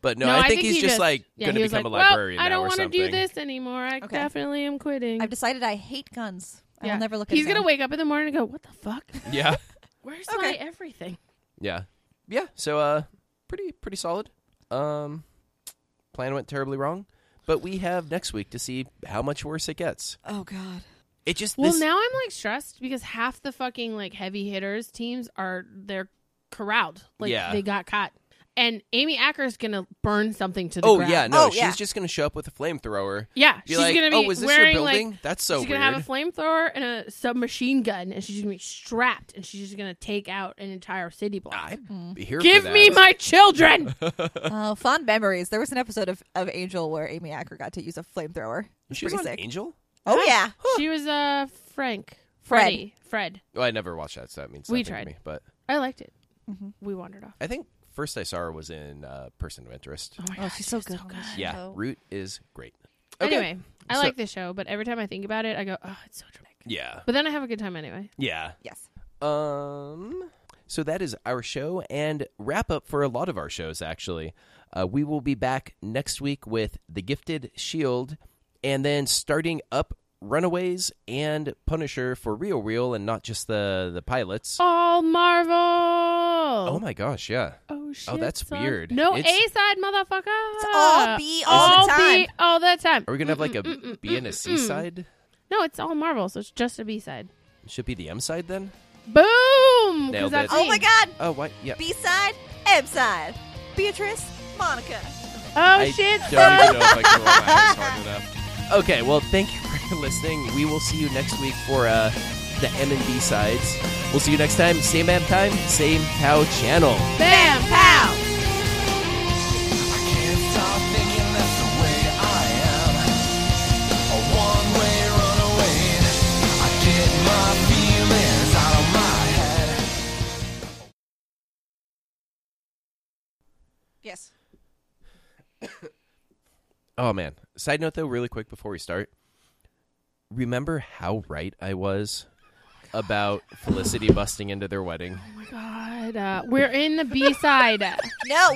Speaker 2: but no, I, think, he's
Speaker 5: he
Speaker 2: just like
Speaker 5: yeah,
Speaker 2: going
Speaker 5: he
Speaker 2: to
Speaker 5: was
Speaker 2: become a
Speaker 5: like, "Well,
Speaker 2: librarian
Speaker 5: I don't
Speaker 2: now or
Speaker 5: wanna
Speaker 2: something.
Speaker 5: do this anymore. I
Speaker 4: Okay.
Speaker 5: definitely am quitting.
Speaker 4: I've decided I hate guns. I
Speaker 5: Yeah.
Speaker 4: will never look.
Speaker 5: He's
Speaker 4: at a
Speaker 5: gonna
Speaker 4: gun.
Speaker 5: wake up in the morning and go, "What the fuck?
Speaker 2: Yeah.
Speaker 5: Where's
Speaker 4: Okay.
Speaker 5: my everything?"
Speaker 2: Yeah. Yeah. So uh pretty pretty solid. Um plan went terribly wrong. But we have next week to see how much worse it gets.
Speaker 4: Oh God.
Speaker 2: It just
Speaker 5: Well,
Speaker 2: this,
Speaker 5: now I'm like stressed because half the fucking like heavy hitters teams are their corralled. Like
Speaker 2: Yeah.
Speaker 5: they got caught. And Amy Acker's gonna burn something to the
Speaker 2: Oh
Speaker 5: ground.
Speaker 2: yeah, no,
Speaker 4: Oh,
Speaker 2: she's
Speaker 4: yeah.
Speaker 2: just gonna show up with a flamethrower.
Speaker 5: Yeah,
Speaker 2: Be
Speaker 5: she's
Speaker 2: like,
Speaker 5: gonna be
Speaker 2: oh, was this your
Speaker 5: wearing
Speaker 2: building?
Speaker 5: like
Speaker 2: That's so
Speaker 5: she's
Speaker 2: weird.
Speaker 5: gonna have a flamethrower and a submachine gun, and she's gonna be strapped, and she's just gonna take out an entire city block.
Speaker 2: I'd be here. Ah, for
Speaker 5: Mm-hmm. Give
Speaker 2: that.
Speaker 5: me my children.
Speaker 4: Oh, fond memories. There was an episode of, of Angel where Amy Acker got to use a flamethrower. It's
Speaker 2: She was
Speaker 4: pretty
Speaker 2: on
Speaker 4: sick.
Speaker 2: Angel.
Speaker 4: Oh yeah,
Speaker 5: she was uh Frank,
Speaker 4: Fred.
Speaker 5: Freddy, Fred.
Speaker 2: Oh, I never watched that, so that means
Speaker 5: We
Speaker 2: nothing to
Speaker 5: tried.
Speaker 2: me, but
Speaker 5: I liked it.
Speaker 4: Mm-hmm.
Speaker 5: We wandered off.
Speaker 2: I think first I saw her was in uh, Person of Interest.
Speaker 5: Oh my
Speaker 4: Oh,
Speaker 5: god,
Speaker 4: she's so
Speaker 5: she's
Speaker 4: good.
Speaker 5: so good.
Speaker 2: yeah,
Speaker 4: Oh.
Speaker 2: Root is great. Okay.
Speaker 5: Anyway, I
Speaker 2: So-
Speaker 5: like this show, but every time I think about it, I go, oh, it's so dramatic.
Speaker 2: Yeah.
Speaker 5: But then I have a good time anyway.
Speaker 2: Yeah.
Speaker 4: yes.
Speaker 2: Um. So that is our show and wrap up for a lot of our shows. Actually, uh, we will be back next week with The Gifted Shield, and then starting up Runaways and Punisher for real, real, and not just the the pilots.
Speaker 5: All Marvel.
Speaker 2: Oh
Speaker 5: Oh,
Speaker 2: my gosh! Yeah.
Speaker 5: shit.
Speaker 2: that's
Speaker 5: son.
Speaker 2: weird.
Speaker 5: No
Speaker 2: It's-
Speaker 5: A side, motherfucker. It's
Speaker 4: all B all the
Speaker 5: B
Speaker 4: time.
Speaker 5: all the time.
Speaker 2: Are we gonna have like a B and a C side?
Speaker 5: No, it's all Marvel, so it's just a B side.
Speaker 2: Should be the M side then.
Speaker 5: Boom!
Speaker 2: Nailed
Speaker 5: Because that's
Speaker 2: it.
Speaker 4: Oh my God.
Speaker 2: Oh, what? Yeah.
Speaker 4: B side, M side. Beatrice, Monica.
Speaker 5: Oh
Speaker 2: I
Speaker 5: shit!
Speaker 2: don't
Speaker 5: son.
Speaker 2: even know if I can roll my eyes hard enough. Okay, well, thank you for listening. We will see you next week for uh, the M and B sides. We'll see you next time, same M time, same cow channel.
Speaker 5: Bam! Oh Pow!
Speaker 6: Can't stop thinking that's the way I am. A one-way runaway. I get my feelings out of my head.
Speaker 4: Yes.
Speaker 2: Oh man. Side note though, really quick before we start. Remember how right I was about Felicity busting into their wedding?
Speaker 5: Oh my god, uh, we're in the B side.
Speaker 4: No,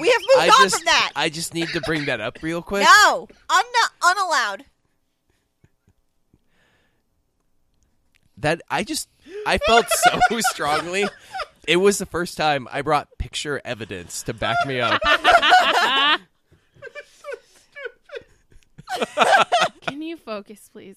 Speaker 4: we have moved
Speaker 2: I
Speaker 4: on
Speaker 2: just
Speaker 4: from that.
Speaker 2: I just need to bring that up real quick.
Speaker 4: no, un- unallowed.
Speaker 2: that I just I felt so strongly. It was the first time I brought picture evidence to back me up.
Speaker 5: Can you focus, please?